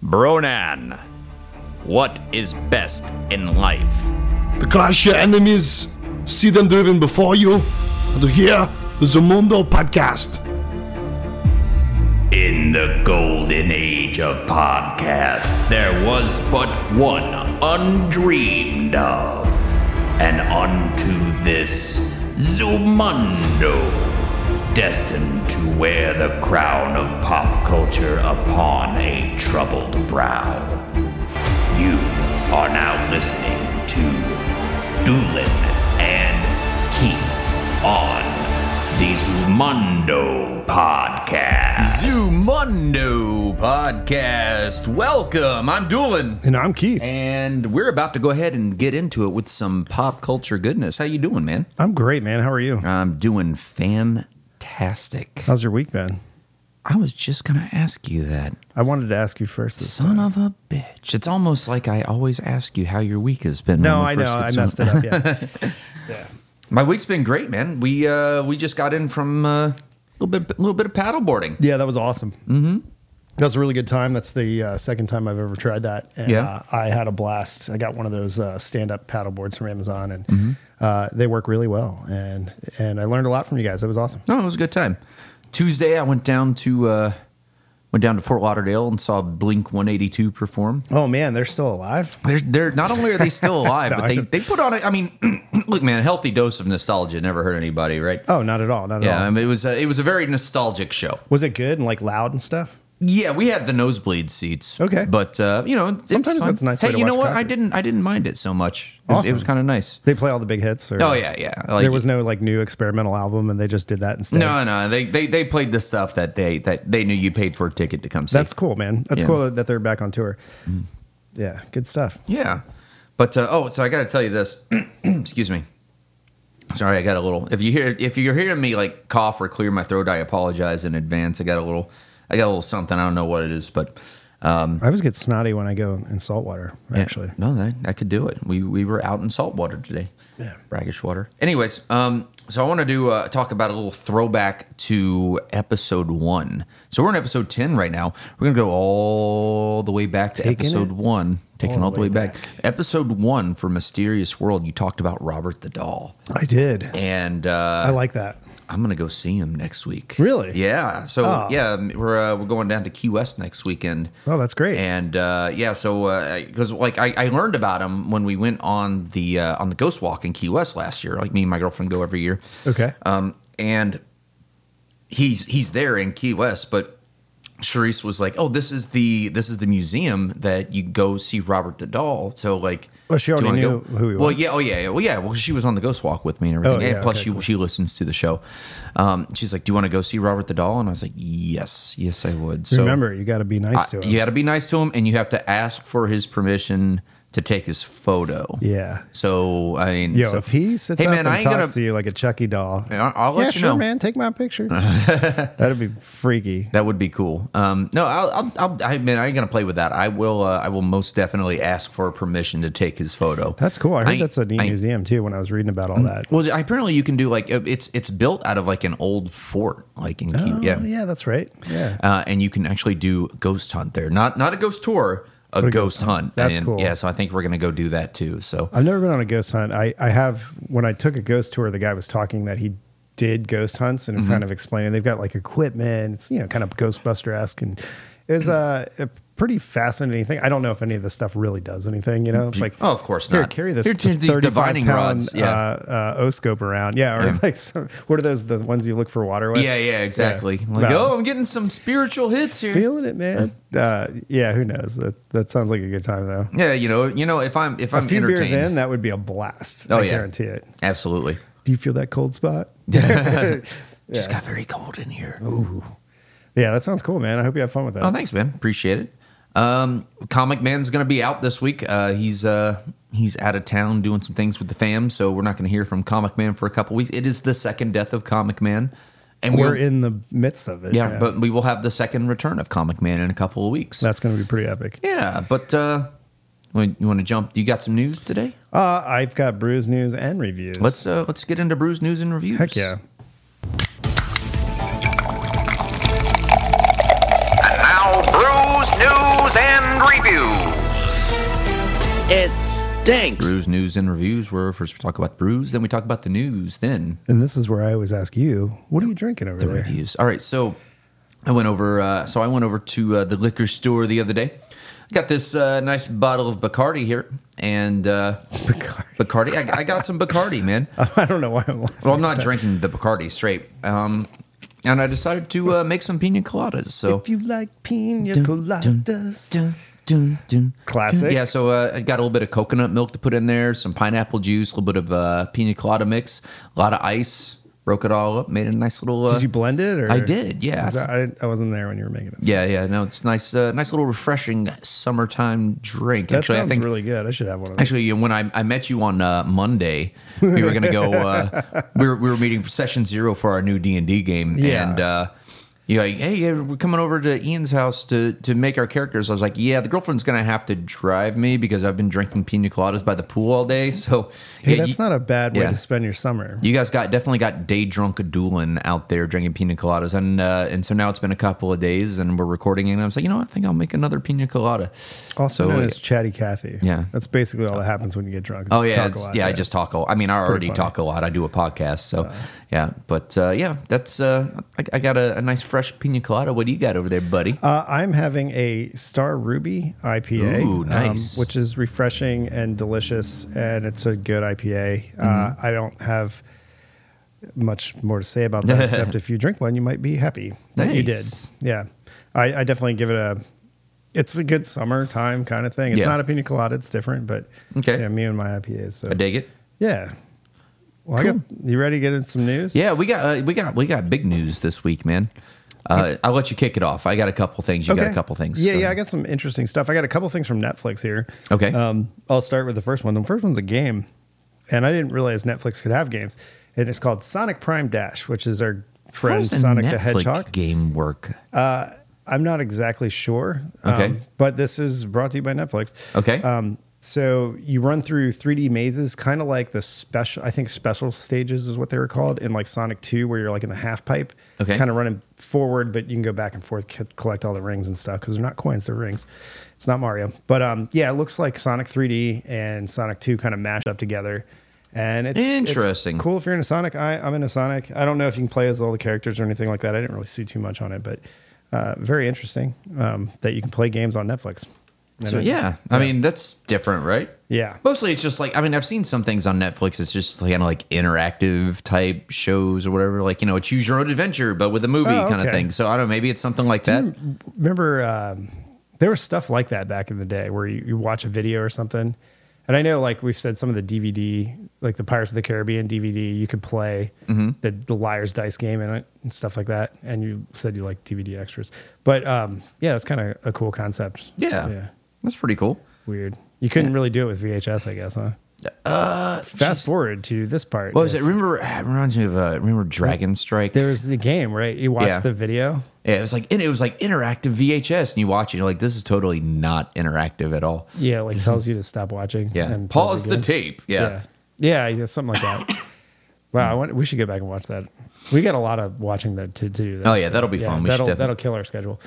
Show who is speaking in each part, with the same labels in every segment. Speaker 1: Bronan, what is best in life?
Speaker 2: To crush your enemies, see them driven before you, and to hear the Zamundo podcast.
Speaker 1: In the golden age of podcasts, there was but one undreamed of, and unto this Zumundo, destined to wear the crown of pop culture upon a troubled brow. You are now listening to Doolin and Keith on the Zumundo podcast.
Speaker 3: Zumundo podcast. Welcome. I'm Doolin,
Speaker 4: And I'm Keith.
Speaker 3: and we're about to go ahead and get into it with some pop culture goodness. How you doing, man?
Speaker 4: I'm great, man. How are you?
Speaker 3: I'm doing fantastic.
Speaker 4: How's your week been?
Speaker 3: I was just gonna ask you that,
Speaker 4: I wanted to ask you first. This
Speaker 3: son
Speaker 4: time.
Speaker 3: of a bitch. It's almost like I always ask you how your week has been.
Speaker 4: No,
Speaker 3: when we
Speaker 4: I know.
Speaker 3: first get
Speaker 4: I
Speaker 3: some-
Speaker 4: messed it up. Yeah.
Speaker 3: My week's been great, man. We uh, we just got in from a uh, little bit little bit of paddleboarding.
Speaker 4: yeah, that was awesome. Mm-hmm. That was a really good time. That's the uh, second time I've ever tried that. And,
Speaker 3: Yeah.
Speaker 4: uh, I had a blast. I got one of those uh, stand-up paddle boards from Amazon, and
Speaker 3: Mm-hmm.
Speaker 4: uh, they work really well. And and I learned a lot from you guys. It was awesome.
Speaker 3: No, it was a good time. Tuesday, I went down to uh, went down to Fort Lauderdale and saw Blink 182 perform.
Speaker 4: Oh man, they're still alive.
Speaker 3: They're, they're not only are they still alive,
Speaker 4: No,
Speaker 3: but
Speaker 4: I
Speaker 3: they,
Speaker 4: don't-
Speaker 3: they put on. A, I mean, look, man, a healthy dose of nostalgia never hurt anybody, right?
Speaker 4: Oh, not at all. Not at
Speaker 3: yeah,
Speaker 4: all.
Speaker 3: I mean, it was a, it was a very nostalgic show.
Speaker 4: was it good and like loud and stuff?
Speaker 3: Yeah, we had the nosebleed seats.
Speaker 4: Okay.
Speaker 3: but uh, you know, it was
Speaker 4: Sometimes
Speaker 3: fun.
Speaker 4: that's a nice
Speaker 3: Hey,
Speaker 4: way to
Speaker 3: you know
Speaker 4: watch a
Speaker 3: what? I
Speaker 4: concert.
Speaker 3: didn't I didn't mind it so much. It was- It was,
Speaker 4: Awesome.
Speaker 3: kind of nice.
Speaker 4: They play all the big hits. Or,
Speaker 3: Oh yeah, yeah. Like,
Speaker 4: there was no like new experimental album, and they just did that instead.
Speaker 3: no no. They, they they played the stuff that they that they knew you paid for a ticket to come see.
Speaker 4: That's cool, man. That's
Speaker 3: Yeah. Mm.
Speaker 4: cool that they're back on tour. Yeah, good stuff.
Speaker 3: Yeah. But uh, oh, so I got to tell you this. Excuse me. Sorry, I got a little. If you hear if you're hearing me like cough or clear my throat, I apologize in advance. I got a little. I got a little something. I don't know what it is, but
Speaker 4: I always get snotty when I go in salt water,
Speaker 3: Mm. Yeah.
Speaker 4: actually.
Speaker 3: no, that, that could do it. We we were out in salt water today.
Speaker 4: Yeah.
Speaker 3: brackish water. Anyways, um, so I want to do uh, talk about a little throwback to episode one. So we're in episode ten right now. We're gonna go all the way back to
Speaker 4: Taking
Speaker 3: episode
Speaker 4: it
Speaker 3: one, taking all, the way, back.
Speaker 4: back.
Speaker 3: Episode one for Mysterious World. You talked about Robert the Doll,
Speaker 4: I did.
Speaker 3: and uh,
Speaker 4: I like that.
Speaker 3: I'm gonna go see him next week.
Speaker 4: Really?
Speaker 3: Yeah. So
Speaker 4: Oh.
Speaker 3: yeah, we're uh, we're going down to Key West next weekend.
Speaker 4: Oh, that's great.
Speaker 3: And uh, yeah, so because like I, I learned about him when we went on the uh, on the ghost walk in Key West last year. Like me and my girlfriend go every year.
Speaker 4: okay.
Speaker 3: Um, and he's he's there in Key West, but Charisse was like, "Oh, this is the this is the museum that you go see Robert the Doll." So like,
Speaker 4: Well, she
Speaker 3: do you
Speaker 4: already
Speaker 3: wanna
Speaker 4: knew who he
Speaker 3: Well,
Speaker 4: was.
Speaker 3: yeah, oh yeah, yeah, well yeah, well she was on the Ghost Walk with me and everything.
Speaker 4: Oh,
Speaker 3: and
Speaker 4: yeah,
Speaker 3: plus
Speaker 4: okay,
Speaker 3: she
Speaker 4: cool.
Speaker 3: she listens to the show. Um, she's like, "Do you want to go see Robert the Doll?" And I was like, "Yes, yes, I would." So
Speaker 4: Remember, you got to be nice
Speaker 3: I-
Speaker 4: to him.
Speaker 3: you got to be nice to him, and you have to ask for his permission to take his photo.
Speaker 4: Yeah.
Speaker 3: So I mean,
Speaker 4: Yo,
Speaker 3: so-
Speaker 4: if he sits
Speaker 3: hey
Speaker 4: up
Speaker 3: man, I
Speaker 4: and
Speaker 3: ain't
Speaker 4: talks
Speaker 3: gonna.
Speaker 4: to you like a Chucky doll,
Speaker 3: I'll- I'll
Speaker 4: yeah,
Speaker 3: let you
Speaker 4: sure,
Speaker 3: know.
Speaker 4: man. Take my picture. That'd be freaky.
Speaker 3: That would be cool. Um, no, I'll, I'll, I'll, I mean, I ain't gonna play with that. I will. Uh, I will most definitely ask for permission to take his photo.
Speaker 4: That's cool. I heard
Speaker 3: ain't-
Speaker 4: that's a neat
Speaker 3: I Mm. ain't-
Speaker 4: museum too. When I was reading about all that.
Speaker 3: Well, apparently you can do like it's it's built out of like an old fort, like in Key,
Speaker 4: Oh,
Speaker 3: yeah,
Speaker 4: yeah, that's right. Yeah.
Speaker 3: uh, and you can actually do ghost hunt there. Not not a ghost tour, a, ghost, hunt.
Speaker 4: That's
Speaker 3: And,
Speaker 4: cool.
Speaker 3: Yeah, so I think we're gonna go do that too. So
Speaker 4: I've never been on a ghost hunt. I, I have when I took a ghost tour, the guy was talking that he did ghost hunts and
Speaker 3: Mm-hmm.
Speaker 4: was kind of explaining they've got like equipment. It's you know kind of Ghostbuster esque and it was a, a pretty fascinating thing. I don't know if any of this stuff really does anything. You know, it's like
Speaker 3: Oh, of course
Speaker 4: Here,
Speaker 3: not.
Speaker 4: carry this
Speaker 3: Here, take these
Speaker 4: 35
Speaker 3: divining
Speaker 4: pound,
Speaker 3: rods, yeah.
Speaker 4: uh, uh, O scope around. Yeah, or
Speaker 3: Yeah.
Speaker 4: like some, what are those the ones you look for water with?
Speaker 3: Yeah, yeah, exactly. Like,
Speaker 4: Wow.
Speaker 3: oh, I'm getting some spiritual hits here.
Speaker 4: Feeling it, man. Uh, yeah, who knows? That that sounds like a good time though.
Speaker 3: yeah, you know, you know, if I'm if
Speaker 4: A
Speaker 3: I'm
Speaker 4: few
Speaker 3: entertained,
Speaker 4: beers in, that would be a blast.
Speaker 3: Oh,
Speaker 4: I
Speaker 3: yeah.
Speaker 4: guarantee it.
Speaker 3: absolutely.
Speaker 4: Do you feel that cold spot?
Speaker 3: Just got very cold in here.
Speaker 4: Yeah, that sounds cool, man. I hope you have fun with that.
Speaker 3: Oh, thanks, man. Appreciate it. Um, Comic Man's gonna be out this week. Uh, he's uh, he's out of town doing some things with the fam, so we're not gonna hear from Comic Man for a couple weeks. It is the second death of Comic Man, and
Speaker 4: We're
Speaker 3: we'll-
Speaker 4: in the midst of it.
Speaker 3: yeah, but we will have the second return of Comic Man in a couple of weeks.
Speaker 4: that's going to be pretty epic.
Speaker 3: yeah, but uh, wait, you want to jump? You got some news today?
Speaker 4: Uh, I've got brews news and reviews.
Speaker 3: Let's uh, let's get into Brews news and reviews.
Speaker 4: heck yeah.
Speaker 5: Now, Brews, News, and stinks.
Speaker 3: Brews, news, and reviews. Where first we talk about the brews, then we talk about the news, then
Speaker 4: And this is where I always ask you, what are you drinking over
Speaker 3: the
Speaker 4: there?
Speaker 3: reviews. All right, so I went over. Uh, so I went over to uh, the liquor store the other day. Got this uh, nice bottle of Bacardi here, and uh, Bacardi. I, I got some Bacardi, man.
Speaker 4: I don't know why I'm laughing.
Speaker 3: Well, I'm not drinking the Bacardi straight. Um, and I decided to uh, make some pina coladas. So
Speaker 4: If you like pina coladas,
Speaker 3: Dun, dun, dun.
Speaker 4: Classic.
Speaker 3: Yeah, so uh, I got a little bit of coconut milk to put in there, some pineapple juice, a little bit of uh, pina colada mix, a lot of ice. Broke it all up, made a nice little. Uh,
Speaker 4: did you blend it? Or
Speaker 3: I did, yeah.
Speaker 4: Is that- I, I wasn't there when you were making it.
Speaker 3: Yeah, yeah, no, it's nice, uh, nice little refreshing summertime drink.
Speaker 4: that
Speaker 3: actually,
Speaker 4: sounds
Speaker 3: I think
Speaker 4: really good. I should have one of those.
Speaker 3: actually you know, when I, I met you on uh, Monday, we were gonna go. Uh, we were we were meeting for session zero for our new D and D game,
Speaker 4: Yeah.
Speaker 3: and uh, you're like, hey, yeah, we're coming over to Ian's house to to make our characters. I was like, yeah, the girlfriend's gonna have to drive me because I've been drinking pina coladas by the pool all day. So
Speaker 4: Hey,
Speaker 3: yeah,
Speaker 4: that's
Speaker 3: you,
Speaker 4: not a bad way
Speaker 3: yeah.
Speaker 4: to spend your summer.
Speaker 3: you guys got definitely got day drunk dueling out there drinking pina coladas, and uh, and so now it's been a couple of days, and we're recording, it, and I was like, you know what, I think I'll make another pina colada.
Speaker 4: Also
Speaker 3: So,
Speaker 4: known
Speaker 3: uh,
Speaker 4: as Chatty Cathy.
Speaker 3: yeah.
Speaker 4: That's basically all that happens when you get drunk. is
Speaker 3: Oh
Speaker 4: you
Speaker 3: yeah,
Speaker 4: talk a
Speaker 3: it's-
Speaker 4: lot,
Speaker 3: yeah, I just talk a lot. I mean, I already
Speaker 4: funny. Uh-huh.
Speaker 3: talk a lot. I do a podcast, so yeah. But uh, yeah, that's uh, I, I got a, a nice fresh pina colada. What do you got over there, buddy?
Speaker 4: Uh, I'm having a Star Ruby IPA,
Speaker 3: Ooh, nice.
Speaker 4: um, which is refreshing and delicious, and it's a good IPA. Uh,
Speaker 3: Mm-hmm.
Speaker 4: I don't have much more to say about that, except if you drink one, you might be happy that you did.
Speaker 3: Nice.
Speaker 4: Yeah, I, I definitely give it a. It's a good summertime kind of thing. It's
Speaker 3: Yeah.
Speaker 4: not a pina colada; it's different, but
Speaker 3: Okay.
Speaker 4: yeah, me and my IPA. So
Speaker 3: I dig it.
Speaker 4: yeah. Well, I got, you ready to get in some news?
Speaker 3: Yeah, we got uh, we got we got big news this week, man. Uh, I'll let you kick it off. I got a couple things. You got a couple things.
Speaker 4: Yeah,
Speaker 3: Go
Speaker 4: yeah, I
Speaker 3: ahead.
Speaker 4: got some interesting stuff. I got a couple things from Netflix here.
Speaker 3: Okay.
Speaker 4: Um, I'll start with the first one. The first one's a game, and I didn't realize Netflix could have games. And it's called Sonic Prime Dash, which is our
Speaker 3: How
Speaker 4: friend
Speaker 3: does a
Speaker 4: Sonic the
Speaker 3: Netflix
Speaker 4: Hedgehog.
Speaker 3: game work.
Speaker 4: I'm not exactly sure. um,
Speaker 3: Okay.
Speaker 4: but this is brought to you by Netflix.
Speaker 3: Okay.
Speaker 4: Um, so you run through 3D mazes, kind of like the special, I think special stages is what they were called in like Sonic 2, where you're like in the half pipe,
Speaker 3: Okay.
Speaker 4: kind of running forward, but you can go back and forth, c- collect all the rings and stuff because they're not coins, they're rings. It's not Mario. But um, yeah, it looks like Sonic 3D and Sonic 2 kind of mashed up together. And it's it's
Speaker 3: Interesting.
Speaker 4: cool if you're into Sonic. I, I'm into Sonic. I don't know if you can play as all the characters or anything like that. I didn't really see too much on it, but uh, very interesting um, that you can play games on Netflix. And
Speaker 3: so
Speaker 4: I-
Speaker 3: yeah, I mean that's different, right?
Speaker 4: Yeah.
Speaker 3: Mostly it's just like I mean I've seen some things on Netflix. It's just kind of like interactive type shows or whatever. Like you know, choose your own adventure, but with a movie
Speaker 4: Oh,
Speaker 3: kind of
Speaker 4: okay.
Speaker 3: thing. So I don't know. Maybe it's something like that.
Speaker 4: remember um, there was stuff like that back in the day where you, you watch a video or something and i know like we've said some of the dvd like the pirates of the caribbean dvd you could play
Speaker 3: Mm-hmm.
Speaker 4: the, the liar's dice game in it and stuff like that and you said you like dvd extras but um, yeah that's kind of a cool concept
Speaker 3: yeah.
Speaker 4: yeah
Speaker 3: that's pretty cool.
Speaker 4: weird you couldn't really do it with vhs i guess huh uh, fast forward to this part
Speaker 3: What was it?
Speaker 4: If-
Speaker 3: Remember? It reminds me of uh, remember Dragon Strike.
Speaker 4: there was the game right you watched
Speaker 3: Yeah.
Speaker 4: the video
Speaker 3: Yeah, it was like and it was like interactive VHS, and you watch it, you're like, this is totally not interactive at all.
Speaker 4: yeah it, like tells you to stop watching
Speaker 3: Yeah,
Speaker 4: and play
Speaker 3: pause the
Speaker 4: game.
Speaker 3: tape. Yeah.
Speaker 4: Yeah, yeah, yeah, something like that. wow, I want, we should go back and watch that. We got a lot of watching that to, to do. That,
Speaker 3: Oh, yeah, that'll be fun. We should
Speaker 4: that'll
Speaker 3: definitely-
Speaker 4: that'll kill our schedule.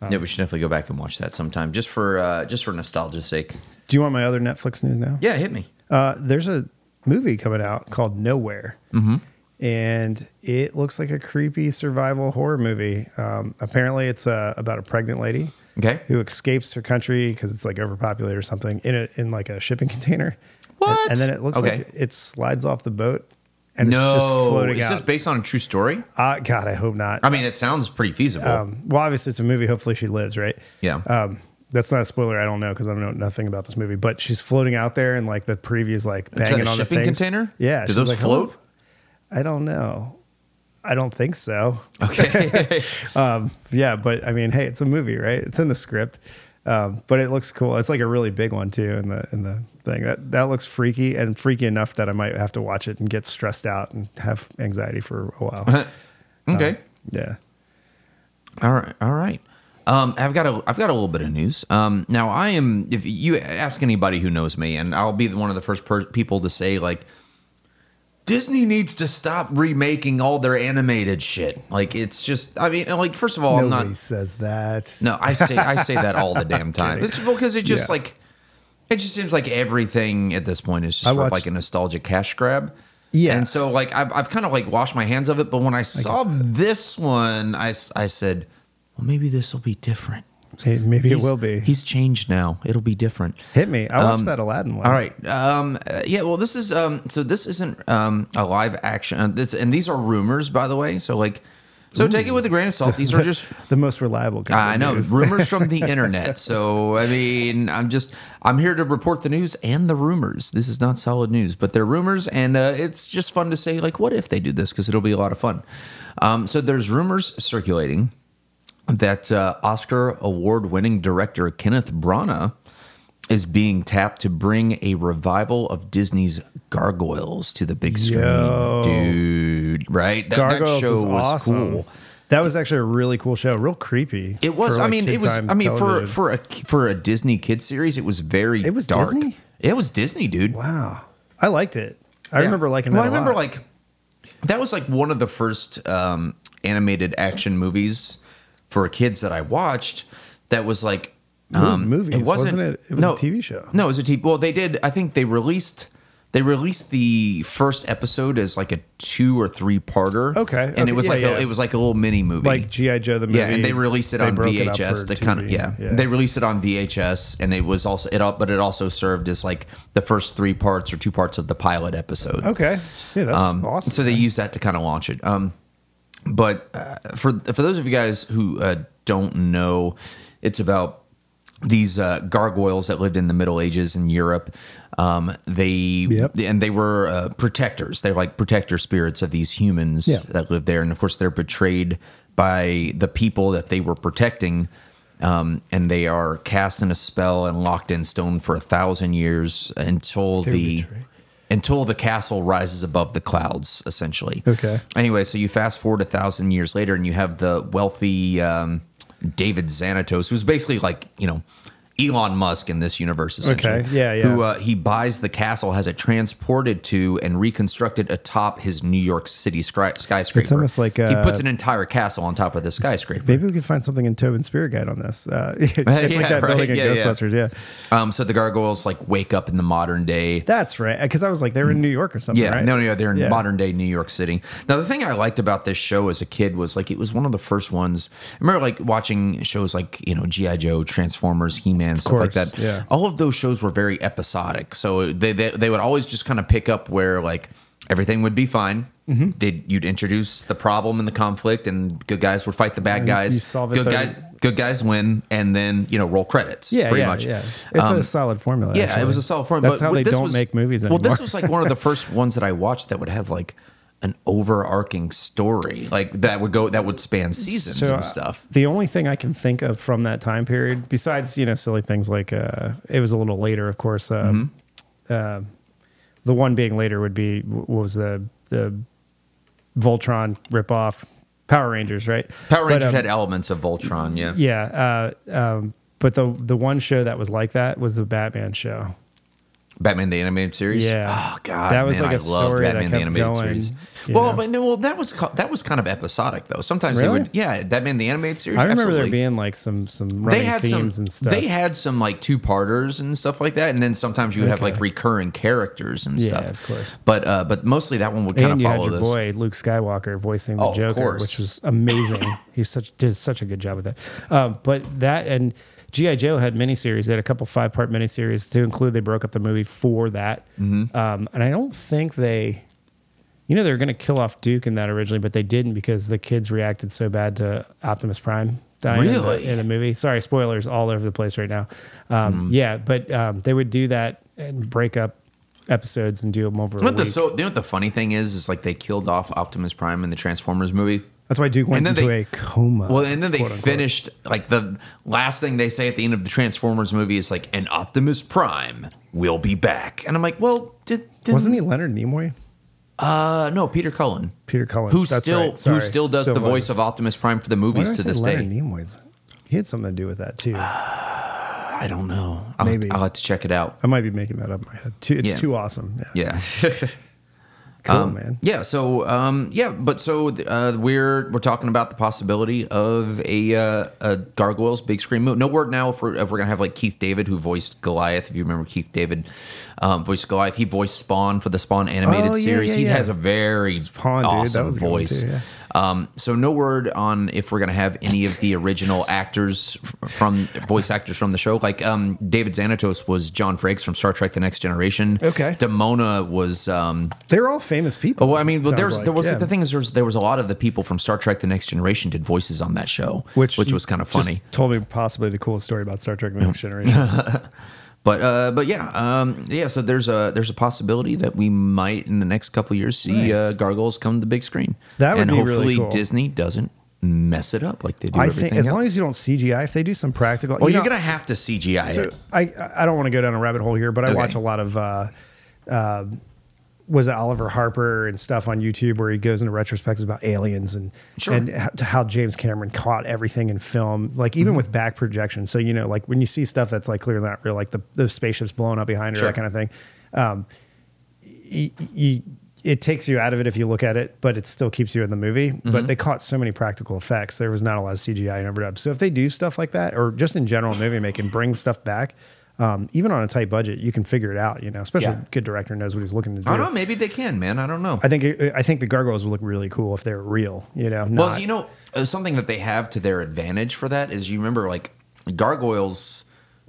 Speaker 3: yeah, we should definitely go back and watch that sometime, just for uh, just for nostalgia's sake.
Speaker 4: Do you want my other Netflix news now?
Speaker 3: Yeah, hit me.
Speaker 4: Uh, there's a movie coming out called Nowhere,
Speaker 3: Mm-hmm.
Speaker 4: and it looks like a creepy survival horror movie. Um, apparently, it's uh, about a pregnant lady
Speaker 3: Okay.
Speaker 4: who escapes her country because it's like overpopulated or something in a in like a shipping container.
Speaker 3: What?
Speaker 4: And, and then it looks
Speaker 3: Okay.
Speaker 4: like it slides off the boat and
Speaker 3: no,
Speaker 4: it's just floating
Speaker 3: is
Speaker 4: out.
Speaker 3: this based on a true story?
Speaker 4: Uh, God, I hope not.
Speaker 3: I mean, it sounds pretty feasible.
Speaker 4: Um, well, obviously, it's a movie. Hopefully, she lives, right?
Speaker 3: yeah.
Speaker 4: Um, that's not a spoiler. I don't know because I don't know nothing about this movie. But she's floating out there, and like the previews, like
Speaker 3: is that
Speaker 4: banging
Speaker 3: a
Speaker 4: on the
Speaker 3: shipping
Speaker 4: thing.
Speaker 3: container?
Speaker 4: Yeah.
Speaker 3: Do
Speaker 4: she's
Speaker 3: those
Speaker 4: like,
Speaker 3: float?
Speaker 4: "Hello?" I don't know. I don't think so.
Speaker 3: Okay.
Speaker 4: Yeah, but I mean, hey, it's a movie, right? It's in the script. Um, but it looks cool. It's like a really big one too, in the in the thing that that looks freaky and freaky enough that I might have to watch it and get stressed out and have anxiety for a while. Um,
Speaker 3: okay.
Speaker 4: yeah.
Speaker 3: All right, all right. Um, I've got a I've got a little bit of news. Um, now I am if you ask anybody who knows me, and I'll be one of the first per- people to say like Disney needs to stop remaking all their animated shit. Like it's just I mean like first of all I'm not
Speaker 4: says that.
Speaker 3: no I say I say that all the damn time. It's because it just
Speaker 4: Yeah.
Speaker 3: like It just seems like everything at this point is just
Speaker 4: I
Speaker 3: sort of
Speaker 4: watched-
Speaker 3: like a nostalgic cash grab.
Speaker 4: Yeah.
Speaker 3: And so, like, I've, I've kind of like washed my hands of it. But when I saw this one, I, s- I said, well, maybe this will be different.
Speaker 4: Hey, maybe it
Speaker 3: He's-
Speaker 4: will be.
Speaker 3: He's changed now. It'll be different.
Speaker 4: Hit me. I watched that Aladdin one.
Speaker 3: Um, All right. Um, uh, yeah. Well, this is um, so this isn't um, a live action. uh, This and these are rumors, by the way. So like, so take it with a grain of salt. These are just
Speaker 4: The most reliable guy.
Speaker 3: I know rumors from the internet. So I mean, I'm just I'm here to report the news and the rumors. This is not solid news, but they're rumors, and uh, it's just fun to say like, what if they do this? Because it'll be a lot of fun. Um, so there's rumors circulating that uh, Oscar award-winning director Kenneth Branagh is being tapped to bring a revival of Disney's Gargoyles to the big screen,
Speaker 4: Yo.
Speaker 3: dude. Right? That, that
Speaker 4: Gargoyles
Speaker 3: show
Speaker 4: was, awesome.
Speaker 3: cool.
Speaker 4: That was actually a really cool show. Real creepy.
Speaker 3: It was.
Speaker 4: for,
Speaker 3: I
Speaker 4: like,
Speaker 3: mean, it was.
Speaker 4: kid-time
Speaker 3: I mean, for
Speaker 4: television.
Speaker 3: for a for a Disney kid series, it was very.
Speaker 4: It was
Speaker 3: dark.
Speaker 4: Disney?
Speaker 3: It was Disney, dude.
Speaker 4: wow, I liked it. I
Speaker 3: Yeah.
Speaker 4: remember liking that.
Speaker 3: Well,
Speaker 4: a
Speaker 3: I remember
Speaker 4: lot.
Speaker 3: like that was like one of the first um, animated action movies for kids that I watched. That was like um,
Speaker 4: Mov- movies, wasn't it? It was a
Speaker 3: no,
Speaker 4: TV show.
Speaker 3: No, it was a TV. Well, they did. I think they released. They released the first episode as like a two or three parter.
Speaker 4: Okay,
Speaker 3: and
Speaker 4: okay,
Speaker 3: it was
Speaker 4: yeah,
Speaker 3: like
Speaker 4: yeah.
Speaker 3: A, it was like a little mini movie,
Speaker 4: like GI Joe the movie.
Speaker 3: yeah, and they released it
Speaker 4: they
Speaker 3: on
Speaker 4: broke it up
Speaker 3: VHS.
Speaker 4: for
Speaker 3: They kind of
Speaker 4: TV.
Speaker 3: yeah, they released it on VHS, and it was also it up, but it also served as like the first three parts or two parts of the pilot episode.
Speaker 4: okay. Yeah, that's
Speaker 3: Um,
Speaker 4: awesome.
Speaker 3: So they used that to kind of launch it. Um, but uh, for for those of you guys who uh, don't know, it's about these uh, gargoyles that lived in the Middle Ages in Europe. Um, they
Speaker 4: Yep.
Speaker 3: and they were uh, protectors. They're like protector spirits of these humans
Speaker 4: Yeah.
Speaker 3: that lived there, and of course they're betrayed by the people that they were protecting. Um, and they are cast in a spell and locked in stone for a thousand years until
Speaker 4: They're
Speaker 3: the
Speaker 4: betrayed.
Speaker 3: until the castle rises above the clouds, essentially.
Speaker 4: Okay.
Speaker 3: Anyway, so you fast forward a thousand years later, and you have the wealthy um, David Xanatos, who's basically like you know Elon Musk in this universe. Essentially,
Speaker 4: Okay. Yeah, yeah.
Speaker 3: Who uh, he buys the castle, has it transported to, and reconstructed atop his New York City scry- skyscraper.
Speaker 4: almost like,
Speaker 3: he
Speaker 4: uh,
Speaker 3: puts an entire castle on top of the skyscraper.
Speaker 4: Maybe we could find something in Tobin Spirit Guide on this. Uh, it's
Speaker 3: Yeah,
Speaker 4: like that
Speaker 3: right.
Speaker 4: building in
Speaker 3: Yeah, yeah.
Speaker 4: Ghostbusters. Yeah.
Speaker 3: Um, so the gargoyles like wake up in the modern day.
Speaker 4: that's right. Because I was like, they were in New York or something.
Speaker 3: Mm. Yeah,
Speaker 4: right?
Speaker 3: no, no, no, they're in
Speaker 4: Yeah.
Speaker 3: modern day New York City. Now, the thing I liked about this show as a kid was like it was one of the first ones. I remember like watching shows like you know GI Joe, Transformers, He Man, stuff like
Speaker 4: course,
Speaker 3: that.
Speaker 4: yeah.
Speaker 3: all of those shows were very episodic, so they they, they would always just kind of pick up where like everything would be fine.
Speaker 4: Mm-hmm.
Speaker 3: Did you'd introduce the problem and the conflict, and good guys would fight the bad guys.
Speaker 4: you solve it
Speaker 3: good
Speaker 4: thirty-
Speaker 3: guys, good guys win, and then you know roll credits.
Speaker 4: Yeah,
Speaker 3: pretty
Speaker 4: yeah,
Speaker 3: much.
Speaker 4: yeah. It's
Speaker 3: Um,
Speaker 4: a solid formula.
Speaker 3: yeah,
Speaker 4: actually.
Speaker 3: it was a solid form.
Speaker 4: That's
Speaker 3: but
Speaker 4: how
Speaker 3: what-
Speaker 4: they
Speaker 3: this
Speaker 4: don't
Speaker 3: was-
Speaker 4: make movies anymore.
Speaker 3: Well, this was like one of the first ones that I watched that would have like an overarching story, like that would go that would span seasons
Speaker 4: So, uh,
Speaker 3: and stuff.
Speaker 4: The only thing I can think of from that time period, besides you know silly things like uh, it was a little later, of course. Um,
Speaker 3: Mm-hmm.
Speaker 4: uh, the one being later would be what was the the Voltron ripoff Power Rangers, right?
Speaker 3: Power
Speaker 4: But,
Speaker 3: Rangers
Speaker 4: um,
Speaker 3: had elements of Voltron, yeah.
Speaker 4: yeah, uh, um, but the the one show that was like that was the Batman show.
Speaker 3: Batman the animated series.
Speaker 4: Yeah.
Speaker 3: Oh god,
Speaker 4: That was
Speaker 3: man,
Speaker 4: like a
Speaker 3: I loved
Speaker 4: story that
Speaker 3: Batman
Speaker 4: kept
Speaker 3: the animated
Speaker 4: going,
Speaker 3: series.
Speaker 4: you
Speaker 3: Well,
Speaker 4: know.
Speaker 3: but no, well that was co- that was kind of episodic though. Sometimes
Speaker 4: Really?
Speaker 3: they would, yeah, Batman the animated series.
Speaker 4: I remember
Speaker 3: absolutely.
Speaker 4: there being like some some running
Speaker 3: they had
Speaker 4: themes
Speaker 3: some
Speaker 4: and stuff.
Speaker 3: they had some like two parters and stuff like that and then sometimes you would have
Speaker 4: Okay.
Speaker 3: like recurring characters and
Speaker 4: Yeah,
Speaker 3: stuff
Speaker 4: of course.
Speaker 3: but uh but mostly that one would kind
Speaker 4: and
Speaker 3: of
Speaker 4: you had
Speaker 3: follow
Speaker 4: your
Speaker 3: this
Speaker 4: boy Luke Skywalker voicing the
Speaker 3: Oh, of
Speaker 4: Joker,
Speaker 3: course.
Speaker 4: which was amazing. he such did such a good job with that. Um, but that and GI Joe had miniseries. They had a couple five part miniseries to include. They broke up the movie for that,
Speaker 3: Mm-hmm.
Speaker 4: um, and I don't think they. You know they were going to kill off Duke in that originally, but they didn't because the kids reacted so bad to Optimus Prime dying in the-
Speaker 3: Really?
Speaker 4: in the movie. Sorry, spoilers all over the place right now.
Speaker 3: Mm-hmm.
Speaker 4: Um, Yeah, but um, they would do that and break up episodes and do them over.
Speaker 3: You
Speaker 4: a
Speaker 3: know what the
Speaker 4: week.
Speaker 3: so you know what the funny thing is is like they killed off Optimus Prime in the Transformers movie.
Speaker 4: That's why Duke went
Speaker 3: And then
Speaker 4: into
Speaker 3: they-
Speaker 4: a coma.
Speaker 3: Well, and then they
Speaker 4: quote unquote.
Speaker 3: finished like the last thing they say at the end of the Transformers movie is like, "And Optimus Prime will be back." And I'm like, "Well, did didn't-
Speaker 4: Wasn't he Leonard Nimoy?
Speaker 3: Uh, no, Peter Cullen.
Speaker 4: Peter Cullen.
Speaker 3: who
Speaker 4: That's
Speaker 3: still
Speaker 4: right. Sorry.
Speaker 3: who still does
Speaker 4: Still
Speaker 3: the voice
Speaker 4: was.
Speaker 3: of Optimus Prime for the
Speaker 4: Why did
Speaker 3: movies
Speaker 4: I
Speaker 3: to
Speaker 4: say
Speaker 3: this
Speaker 4: Leonard
Speaker 3: day.
Speaker 4: Nimoy's? He had something to do with that too. I
Speaker 3: I don't know. I'll,
Speaker 4: Maybe.
Speaker 3: I'll have to check it out.
Speaker 4: might be making that up in my head. Too, it's
Speaker 3: Yeah.
Speaker 4: too awesome. Yeah.
Speaker 3: Yeah.
Speaker 4: Cool,
Speaker 3: Um,
Speaker 4: man.
Speaker 3: Yeah. So, um, yeah, but so uh, we're we're talking about the possibility of a uh, a Gargoyles big screen movie. No word now if we're, if we're gonna have like Keith David who voiced Goliath. If you remember Keith David, um, voiced Goliath. He voiced Spawn for the Spawn animated
Speaker 4: Oh, yeah,
Speaker 3: series.
Speaker 4: yeah,
Speaker 3: he
Speaker 4: yeah.
Speaker 3: has a very
Speaker 4: Spawn, dude, that
Speaker 3: awesome
Speaker 4: was a good one
Speaker 3: voice.
Speaker 4: too, yeah.
Speaker 3: Um, so no word on if we're gonna have any of the original actors f- from voice actors from the show. Like um, David Xanatos was John Frakes from Star Trek: The Next Generation.
Speaker 4: Okay.
Speaker 3: Demona was. Um,
Speaker 4: They're all famous people.
Speaker 3: oh, well, I mean, well,
Speaker 4: sounds
Speaker 3: there's
Speaker 4: like,
Speaker 3: there was
Speaker 4: yeah.
Speaker 3: the thing is there's, there was a lot of the people from Star Trek: The Next Generation did voices on that show,
Speaker 4: which you
Speaker 3: was kind of
Speaker 4: just
Speaker 3: funny.
Speaker 4: told me possibly the coolest story about Star Trek: The Next Generation.
Speaker 3: But uh, but yeah, um, yeah. So there's a there's a possibility that we might in the next couple years see
Speaker 4: Nice.
Speaker 3: uh, Gargoyles come to the big screen.
Speaker 4: That would
Speaker 3: and
Speaker 4: be really
Speaker 3: hopefully
Speaker 4: cool.
Speaker 3: Disney doesn't mess it up like they do.
Speaker 4: I
Speaker 3: everything
Speaker 4: think as
Speaker 3: else.
Speaker 4: long as you don't CGI, if they do some practical,
Speaker 3: Well,
Speaker 4: you
Speaker 3: you are
Speaker 4: know,
Speaker 3: gonna have to CGI
Speaker 4: So
Speaker 3: it.
Speaker 4: I I don't want to go down a rabbit hole here, but I
Speaker 3: Okay.
Speaker 4: watch a lot of uh, uh, was it Oliver Harper and stuff on YouTube where he goes into retrospectives about aliens and
Speaker 3: Sure.
Speaker 4: and how, to how James Cameron caught everything in film, like
Speaker 3: Mm-hmm.
Speaker 4: even with back projection. So you know, like when you see stuff that's like clearly not real, like the the spaceship's blowing up behind her,
Speaker 3: Sure.
Speaker 4: that kind of thing. Um, y- y- it takes you out of it if you look at it, but it still keeps you in the movie.
Speaker 3: Mm-hmm.
Speaker 4: But they caught so many practical effects. There was not a lot of CGI and overdubs. So if they do stuff like that, or just in general movie making, bring stuff back, um, even on a tight budget, you can figure it out. You know, especially
Speaker 3: Yeah.
Speaker 4: if a good director knows what he's looking to do.
Speaker 3: I don't know. Maybe they can, man. I don't know.
Speaker 4: I think it, I think the gargoyles would look really cool if they're real. You know,
Speaker 3: well,
Speaker 4: not-
Speaker 3: you know, uh, something that they have to their advantage for that is you remember like gargoyles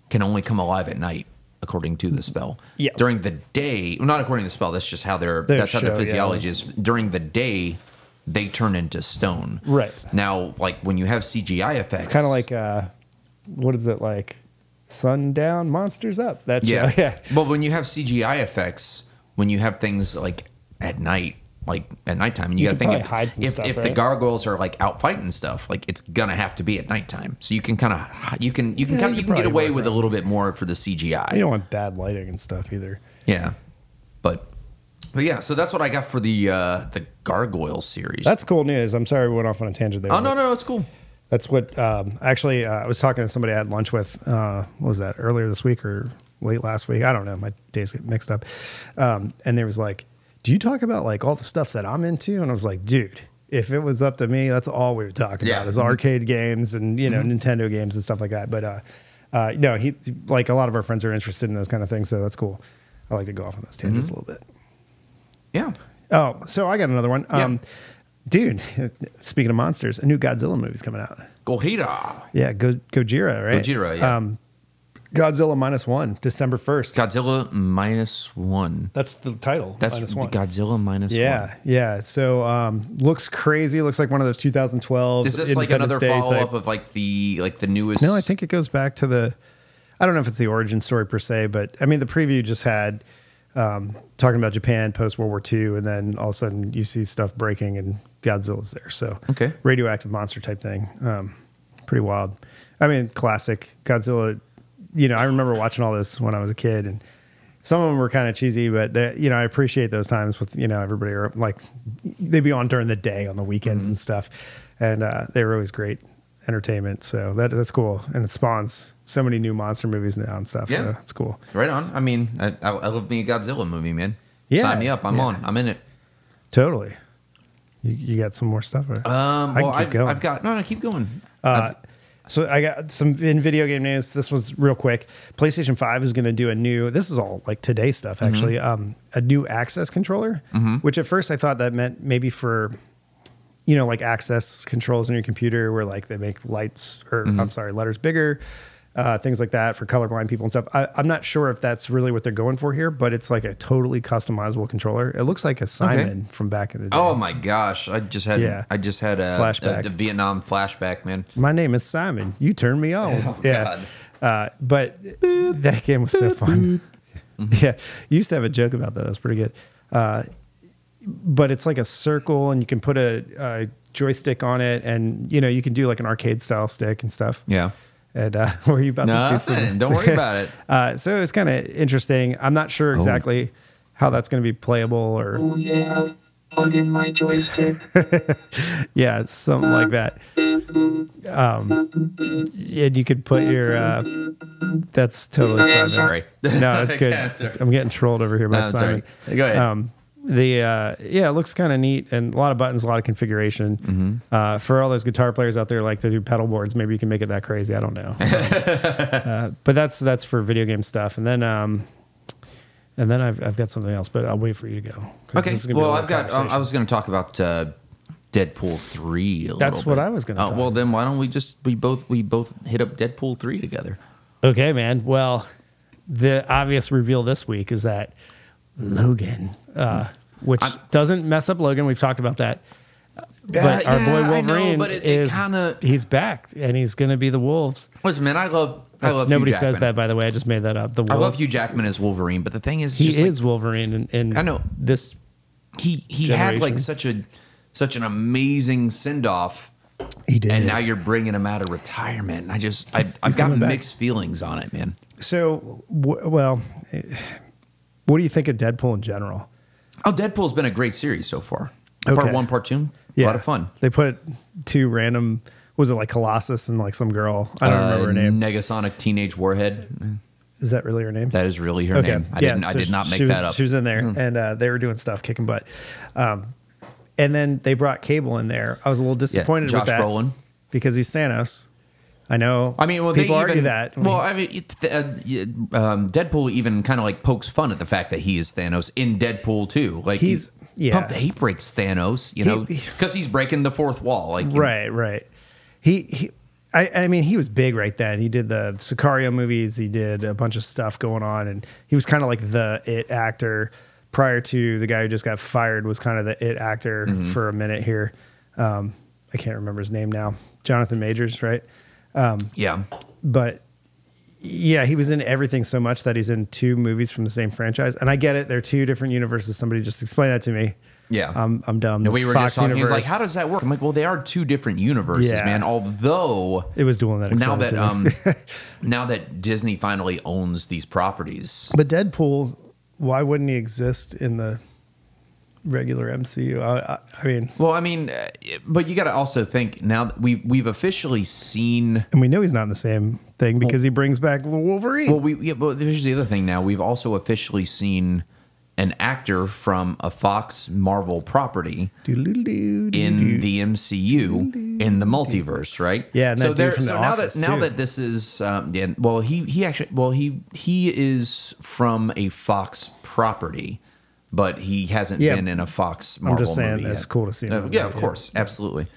Speaker 3: can only come alive at night. According to the spell,
Speaker 4: Mm-hmm. Yes.
Speaker 3: During the day, well, not according to the spell. That's just how they're.
Speaker 4: Their
Speaker 3: that's how
Speaker 4: show,
Speaker 3: their
Speaker 4: yeah,
Speaker 3: physiology is.
Speaker 4: that's-
Speaker 3: During the day, they turn into stone.
Speaker 4: Right.
Speaker 3: now, like when you have CGI effects,
Speaker 4: it's kind of like uh, what is it like? Sundown, monsters up. That's
Speaker 3: Yeah.
Speaker 4: yeah.
Speaker 3: But when you have CGI effects, when you have things like at night, like at nighttime, and you,
Speaker 4: You
Speaker 3: got to
Speaker 4: could probably
Speaker 3: think if,
Speaker 4: hide some
Speaker 3: if,
Speaker 4: stuff,
Speaker 3: if the
Speaker 4: right?
Speaker 3: gargoyles are like out fighting stuff, like it's gonna have to be at nighttime. So you can kind of you can you can
Speaker 4: Yeah,
Speaker 3: kind
Speaker 4: you could
Speaker 3: of you can get
Speaker 4: probably
Speaker 3: away
Speaker 4: work
Speaker 3: with a
Speaker 4: around
Speaker 3: little bit more for the CGI.
Speaker 4: You don't want bad lighting and stuff either.
Speaker 3: Yeah. But but yeah, so that's what I got for the uh the gargoyle series.
Speaker 4: That's cool news. I'm sorry we went off on a tangent there.
Speaker 3: oh
Speaker 4: but-
Speaker 3: no no no, it's cool.
Speaker 4: That's what um, actually uh, I was talking to somebody I had lunch with. Uh, what was that earlier this week or late last week? I don't know. My days get mixed up. Um, and there was like, "Do you talk about like all the stuff that I'm into?" And I was like, "Dude." If it was up to me, that's all we would talk about
Speaker 3: Yeah. Mm-hmm.
Speaker 4: is arcade games and you know Nintendo games and stuff like that. But uh, uh, no, he like a lot of our friends are interested in those kind of things, so that's cool. I like to go off on those
Speaker 3: Mm-hmm.
Speaker 4: tangents a little bit.
Speaker 3: Yeah.
Speaker 4: Oh, so I got another one,
Speaker 3: Yeah.
Speaker 4: um, dude. Speaking of monsters, a new Godzilla movie's coming out.
Speaker 3: Gojira.
Speaker 4: Yeah, Go- Gojira, right?
Speaker 3: Gojira, yeah.
Speaker 4: Um, Godzilla minus one, December first.
Speaker 3: Godzilla minus one.
Speaker 4: That's the title.
Speaker 3: That's
Speaker 4: minus
Speaker 3: the
Speaker 4: one.
Speaker 3: Godzilla minus
Speaker 4: yeah,
Speaker 3: one.
Speaker 4: yeah. So um, looks crazy. Looks like one of those 2012.
Speaker 3: Is this like
Speaker 4: Independence
Speaker 3: another
Speaker 4: Day
Speaker 3: follow
Speaker 4: type-
Speaker 3: up of like the like the newest?
Speaker 4: No, I think it goes back to the. I don't know if it's the origin story per se, but I mean the preview just had um, talking about Japan post World War II, and then all of a sudden you see stuff breaking and Godzilla's there. So
Speaker 3: Okay.
Speaker 4: radioactive monster type thing, um, pretty wild. I mean, classic Godzilla. You know, I remember watching all this when I was a kid, and some of them were kind of cheesy, but they, you know, I appreciate those times with you know everybody are like they'd be on during the day on the weekends
Speaker 3: Mm-hmm.
Speaker 4: and stuff, and uh, they were always great entertainment. So that that's cool, and it spawns so many new monster movies now and stuff.
Speaker 3: Yeah.
Speaker 4: So it's cool.
Speaker 3: Right on. I mean, I, I, I love me a Godzilla movie, man.
Speaker 4: Yeah.
Speaker 3: Sign me up. I'm
Speaker 4: Yeah.
Speaker 3: on. I'm in it.
Speaker 4: Totally. You, you got some more stuff? Or
Speaker 3: Um, well,
Speaker 4: keep
Speaker 3: I've, I've got no, no. Keep going.
Speaker 4: Uh, so I got some in video game news. This was real quick. PlayStation Five is going to do a new. This is all like today stuff
Speaker 3: Mm-hmm.
Speaker 4: actually. Um, a new access controller, which at first I thought that meant maybe for, you know, like access controls on your computer where like they make lights or
Speaker 3: Mm-hmm.
Speaker 4: I'm sorry, letters bigger. Uh, things like that for colorblind people and stuff. I, I'm not sure if that's really what they're going for here, but it's like a totally customizable controller. It looks like a Simon from back in the day.
Speaker 3: oh my gosh, I just had
Speaker 4: Yeah.
Speaker 3: I just had a,
Speaker 4: Flashback.
Speaker 3: a, a Vietnam flashback, man.
Speaker 4: my name is Simon. You turn me on.
Speaker 3: Oh,
Speaker 4: yeah. Uh, but that game was so fun. Yeah. You used to have a joke about that. That was pretty good. Uh, but it's like a circle and you can put a, a joystick on it and, you know, you can do like an arcade style stick and stuff.
Speaker 3: Yeah.
Speaker 4: And uh, were you about to do
Speaker 3: Nothing.
Speaker 4: some?
Speaker 3: Don't worry about it. Oh.
Speaker 4: Uh, so it's kind of interesting. I'm not sure exactly how that's going to be playable or
Speaker 5: Oh yeah, plug in my joystick.
Speaker 4: yeah, something like that. Um, and you could put your. Uh, that's totally Simon.
Speaker 3: Sorry.
Speaker 4: No, that's good.
Speaker 3: Yeah, sorry.
Speaker 4: I'm getting trolled over here by
Speaker 3: No,
Speaker 4: Simon.
Speaker 3: sorry. Go ahead.
Speaker 4: Um, the uh, yeah, it looks kind of neat and a lot of buttons, a lot of configuration.
Speaker 3: Mm-hmm.
Speaker 4: Uh, for all those guitar players out there, like to do pedal boards, maybe you can make it that crazy. I don't know, uh, but that's that's for video game stuff. And then um, and then I've I've got something else, but I'll wait for you to go. 'cause
Speaker 3: Okay.
Speaker 4: this is gonna be a
Speaker 3: Well,
Speaker 4: long
Speaker 3: I've got. Um, I
Speaker 4: conversation.
Speaker 3: was going to talk about uh, Deadpool three. A
Speaker 4: That's
Speaker 3: little
Speaker 4: what
Speaker 3: bit.
Speaker 4: I was gonna
Speaker 3: Uh,
Speaker 4: talk
Speaker 3: Well, then why don't we just we both we both hit up Deadpool three together?
Speaker 4: Okay, man. Well, the obvious reveal this week is that Logan, uh, which
Speaker 3: I'm-
Speaker 4: doesn't mess up Logan. We've talked about that. Uh, But
Speaker 3: yeah,
Speaker 4: our
Speaker 3: I
Speaker 4: boy
Speaker 3: know,
Speaker 4: Wolverine
Speaker 3: but it- it
Speaker 4: is
Speaker 3: kinda-
Speaker 4: he's back and he's going to be the Wolves.
Speaker 3: Listen, man, I love. I
Speaker 4: That's-
Speaker 3: love. Hugh
Speaker 4: nobody says
Speaker 3: Jackman.
Speaker 4: that, by the way. I just made that up. The
Speaker 3: I
Speaker 4: Wolves.
Speaker 3: love Hugh Jackman as Wolverine, but the thing is,
Speaker 4: He
Speaker 3: just, like,
Speaker 4: is Wolverine, and, and
Speaker 3: I know.
Speaker 4: this.
Speaker 3: he he had
Speaker 4: Generation.
Speaker 3: like such a such an amazing send off,
Speaker 4: He did.
Speaker 3: and now you're bringing him out of retirement. And I just I, I've
Speaker 4: he's
Speaker 3: got
Speaker 4: coming back.
Speaker 3: mixed feelings on it, man.
Speaker 4: so, w- well, eh, what do you think of Deadpool in general?
Speaker 3: Oh, Deadpool's been a great series so far.
Speaker 4: Okay.
Speaker 3: Part one, part two, a lot of fun.
Speaker 4: They put two random. Was it like Colossus and like some girl? I don't remember her
Speaker 3: Uh,
Speaker 4: name.
Speaker 3: Negasonic Teenage Warhead.
Speaker 4: Is that really her name?
Speaker 3: That is really her name. I didn't. I
Speaker 4: so
Speaker 3: did not make
Speaker 4: she was,
Speaker 3: that up.
Speaker 4: She was in there, and uh, they were doing stuff, kicking butt. Um, and then they brought Cable in there. I was a little disappointed
Speaker 3: Josh
Speaker 4: with that
Speaker 3: Brolin.
Speaker 4: because he's Thanos. I know.
Speaker 3: I mean, well,
Speaker 4: people
Speaker 3: they
Speaker 4: argue
Speaker 3: even,
Speaker 4: that.
Speaker 3: Well, I mean, it's, the- uh, y- um, Deadpool even kind of like pokes fun at the fact that he is Thanos in Deadpool too. Like
Speaker 4: He's- yeah.
Speaker 3: pumped- he breaks Thanos, you know, because he's breaking the fourth wall. Like you-
Speaker 4: right, right. He, he I, I mean, he was big right then. He did the Sicario movies. He did a bunch of stuff going on, and he was kind of like the it actor prior to the guy who just got fired was kind of the it actor
Speaker 3: Mm-hmm.
Speaker 4: for a minute here. Um, I can't remember his name now. Jonathan Majors, right?
Speaker 3: yeah,
Speaker 4: but yeah, he was in everything so much that he's in two movies from the same franchise. And I get it; they're two different universes. Somebody just explain that to me.
Speaker 3: yeah.
Speaker 4: I'm I'm dumb.
Speaker 3: And we were
Speaker 4: Um, Fox
Speaker 3: just talking. He was like,
Speaker 4: universe-
Speaker 3: "How does that work?" I'm like, "Well, they are two different universes,
Speaker 4: Yeah.
Speaker 3: man. Although
Speaker 4: it was doing that?
Speaker 3: now
Speaker 4: explain
Speaker 3: that
Speaker 4: it to me.
Speaker 3: um, now that Disney finally owns these properties,
Speaker 4: but Deadpool, why wouldn't he exist in the regular MCU? I, I, I mean,
Speaker 3: Well, I mean, uh, but you got to also think now that we we've officially seen.
Speaker 4: and we know he's not in the same thing because he brings back Wolverine.
Speaker 3: Well, we yeah, but there's the other thing now. We've also officially seen an actor from a Fox Marvel property
Speaker 4: Doo-doo-doo-doo.
Speaker 3: in the MCU in the multiverse, right?
Speaker 4: Yeah, and that
Speaker 3: so
Speaker 4: dude
Speaker 3: there,
Speaker 4: from The
Speaker 3: so now
Speaker 4: Office,
Speaker 3: that now
Speaker 4: too.
Speaker 3: that this is, um, yeah, well, he he actually, well, he he is from a Fox property, but he hasn't
Speaker 4: Yeah.
Speaker 3: been in a Fox Marvel
Speaker 4: just saying
Speaker 3: movie.
Speaker 4: it's
Speaker 3: yet.
Speaker 4: cool to see him
Speaker 3: Uh,
Speaker 4: in that,
Speaker 3: yeah, of
Speaker 4: yeah.
Speaker 3: course, absolutely.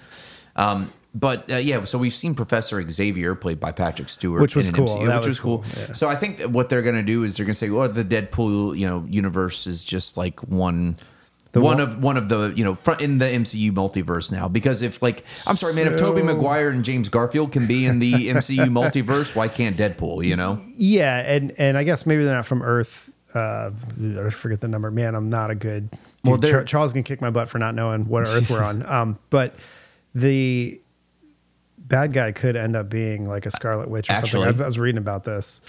Speaker 3: Um, but uh, yeah, so we've seen Professor Xavier played by Patrick Stewart,
Speaker 4: Which was
Speaker 3: in an
Speaker 4: cool.
Speaker 3: MCU,
Speaker 4: That
Speaker 3: which was,
Speaker 4: was
Speaker 3: cool.
Speaker 4: cool, yeah.
Speaker 3: So I think that what they're going to do is they're going to say, "Well, the Deadpool, you know, universe is just like one."
Speaker 4: The
Speaker 3: one
Speaker 4: one-
Speaker 3: of one of the you know front in the MCU multiverse now because if like I'm sorry man if Tobey
Speaker 4: So-
Speaker 3: Maguire and James Garfield can be in the MCU multiverse why can't Deadpool you know
Speaker 4: Yeah, and and I guess maybe they're not from Earth. Uh, I forget the number. Man, I'm not a good. Dude,
Speaker 3: Well, they're-
Speaker 4: Char- Charles can kick my butt for not knowing what Earth we're on. Um, but the bad guy could end up being like a Scarlet Witch or
Speaker 3: Actually-
Speaker 4: something. I, I was reading about this.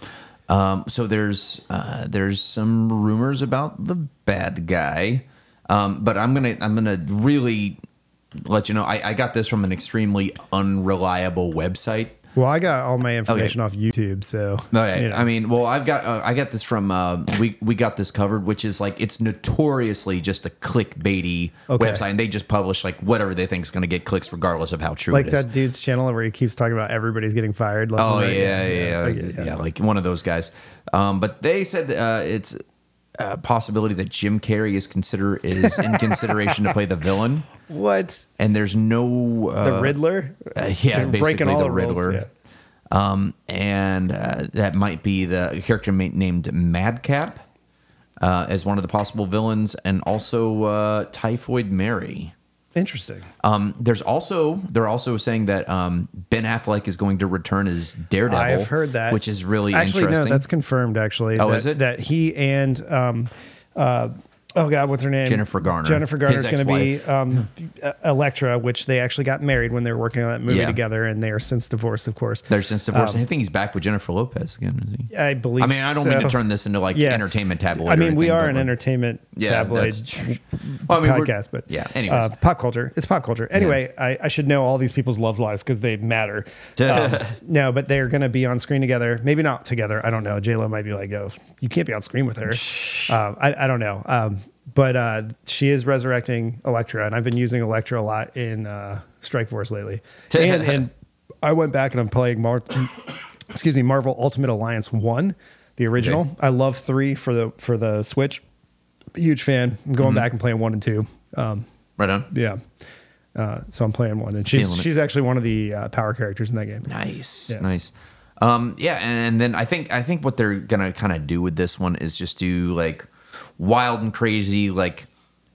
Speaker 3: um, so there's uh, there's some rumors about the bad guy um, but I'm gonna I'm gonna really let you know I, I got this from an extremely unreliable website
Speaker 4: Well, I got all my information off YouTube, so
Speaker 3: All right.
Speaker 4: you know.
Speaker 3: I mean, well, I've got uh, I got this from uh, we we got this covered, which is like it's notoriously just a clickbaity
Speaker 4: Okay.
Speaker 3: website, and they just publish like whatever they think is going to get clicks, regardless of how true
Speaker 4: like
Speaker 3: it is.
Speaker 4: that dude's channel where he keeps talking about everybody's getting fired. left
Speaker 3: oh
Speaker 4: and right.
Speaker 3: yeah, yeah, yeah,
Speaker 4: I get it,
Speaker 3: yeah, like one of those guys. Um, but they said uh, it's a possibility that Jim Carrey is consider is in consideration to play the villain,
Speaker 4: What
Speaker 3: and there's no uh,
Speaker 4: the Riddler?
Speaker 3: uh, yeah,
Speaker 4: They're
Speaker 3: basically the
Speaker 4: rules,
Speaker 3: Riddler.
Speaker 4: yeah.
Speaker 3: Um, and uh, that might be the character ma- named Madcap uh, as one of the possible villains, and also uh, Typhoid Mary.
Speaker 4: Interesting.
Speaker 3: Um, there's also they're also saying that um, Ben Affleck is going to return as Daredevil.
Speaker 4: I've heard that,
Speaker 3: which is really
Speaker 4: actually
Speaker 3: interesting.
Speaker 4: no, that's confirmed. Actually,
Speaker 3: Oh,
Speaker 4: that,
Speaker 3: is it?
Speaker 4: that he and um, uh, oh god, what's her name?
Speaker 3: Jennifer Garner.
Speaker 4: Jennifer Garner is
Speaker 3: His
Speaker 4: going to be um, uh, Electra, which they actually got married when they were working on that movie
Speaker 3: Yeah.
Speaker 4: together, and they are since divorced, of course.
Speaker 3: They're since divorced.
Speaker 4: Um,
Speaker 3: I think he's back with Jennifer Lopez again. Is he?
Speaker 4: I believe.
Speaker 3: I mean, I don't mean to
Speaker 4: so.
Speaker 3: turn this into like
Speaker 4: Yeah.
Speaker 3: entertainment tabloid.
Speaker 4: I mean,
Speaker 3: or
Speaker 4: we
Speaker 3: anything,
Speaker 4: are
Speaker 3: but,
Speaker 4: an
Speaker 3: like,
Speaker 4: entertainment
Speaker 3: Yeah,
Speaker 4: tabloid
Speaker 3: that's true. Well, I mean, we're-
Speaker 4: podcast, but
Speaker 3: yeah. Anyways,
Speaker 4: uh, pop culture. It's pop culture. Anyway, I, I should know all these people's love lives because they matter. Um, no, but they're going to be on screen together. Maybe not together. I don't know. J Lo might be like, "Oh, you can't be on screen with her." Um, I, I don't know. Um, but uh, she is resurrecting Electra, and I've been using Electra a lot in uh, Strike Force lately. and, and I went back and I'm playing Mar- excuse me, Marvel Ultimate Alliance One, the original.
Speaker 3: Okay.
Speaker 4: I love three for the for the Switch. Huge fan. I'm going back and playing one and two. Um,
Speaker 3: Right on.
Speaker 4: yeah. Uh, so I'm playing one, and she's
Speaker 3: Feeling it.
Speaker 4: she's actually one of the uh, power characters in that game.
Speaker 3: Nice,
Speaker 4: Yeah.
Speaker 3: nice. Um, yeah, and then I think I think what they're gonna kind of do with this one is just do like wild and crazy, like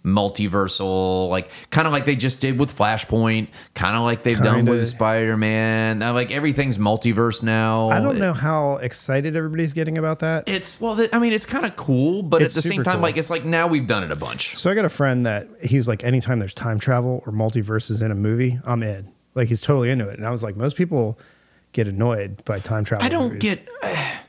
Speaker 3: multiversal, like kind of like they just did with Flashpoint, kind of like they've done
Speaker 4: Kinda.
Speaker 3: with Spider Man. Like everything's multiverse now.
Speaker 4: I don't know how excited everybody's getting about that.
Speaker 3: It's well, th- I mean, it's kind of cool, but
Speaker 4: It's
Speaker 3: at the same
Speaker 4: super
Speaker 3: time,
Speaker 4: cool.
Speaker 3: like it's like now we've done it a bunch.
Speaker 4: So I got a friend that he's like, anytime there's time travel or multiverses in a movie, I'm in. Like he's totally into it. And I was like, most people get annoyed by time travel.
Speaker 3: I don't
Speaker 4: movies.
Speaker 3: get I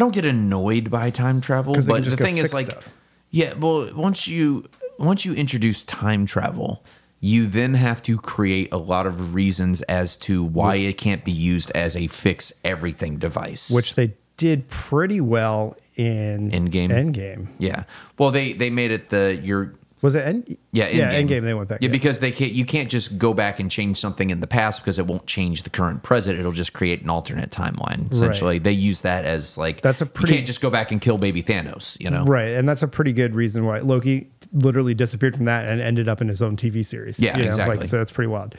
Speaker 3: don't get annoyed by time travel,
Speaker 4: 'Cause they
Speaker 3: but
Speaker 4: can
Speaker 3: the
Speaker 4: just go
Speaker 3: thing is
Speaker 4: fix
Speaker 3: like
Speaker 4: stuff.
Speaker 3: yeah, well once you once you introduce time travel, you then have to create a lot of reasons as to why it can't be used as a fix everything device.
Speaker 4: which they did pretty well in
Speaker 3: Endgame.
Speaker 4: Endgame
Speaker 3: yeah. Well they they made it the your
Speaker 4: was it? End,
Speaker 3: yeah,
Speaker 4: yeah.
Speaker 3: Endgame.
Speaker 4: Endgame. They went back.
Speaker 3: Yeah, because they can't. You can't just go back and change something in the past because it won't change the current present. It'll just create an alternate timeline. Essentially, they use that as like
Speaker 4: That's a pretty-
Speaker 3: You can't just go back and kill baby Thanos. You know,
Speaker 4: right, and that's a pretty good reason why Loki literally disappeared from that and ended up in his own TV series.
Speaker 3: Yeah, exactly.
Speaker 4: so that's pretty wild.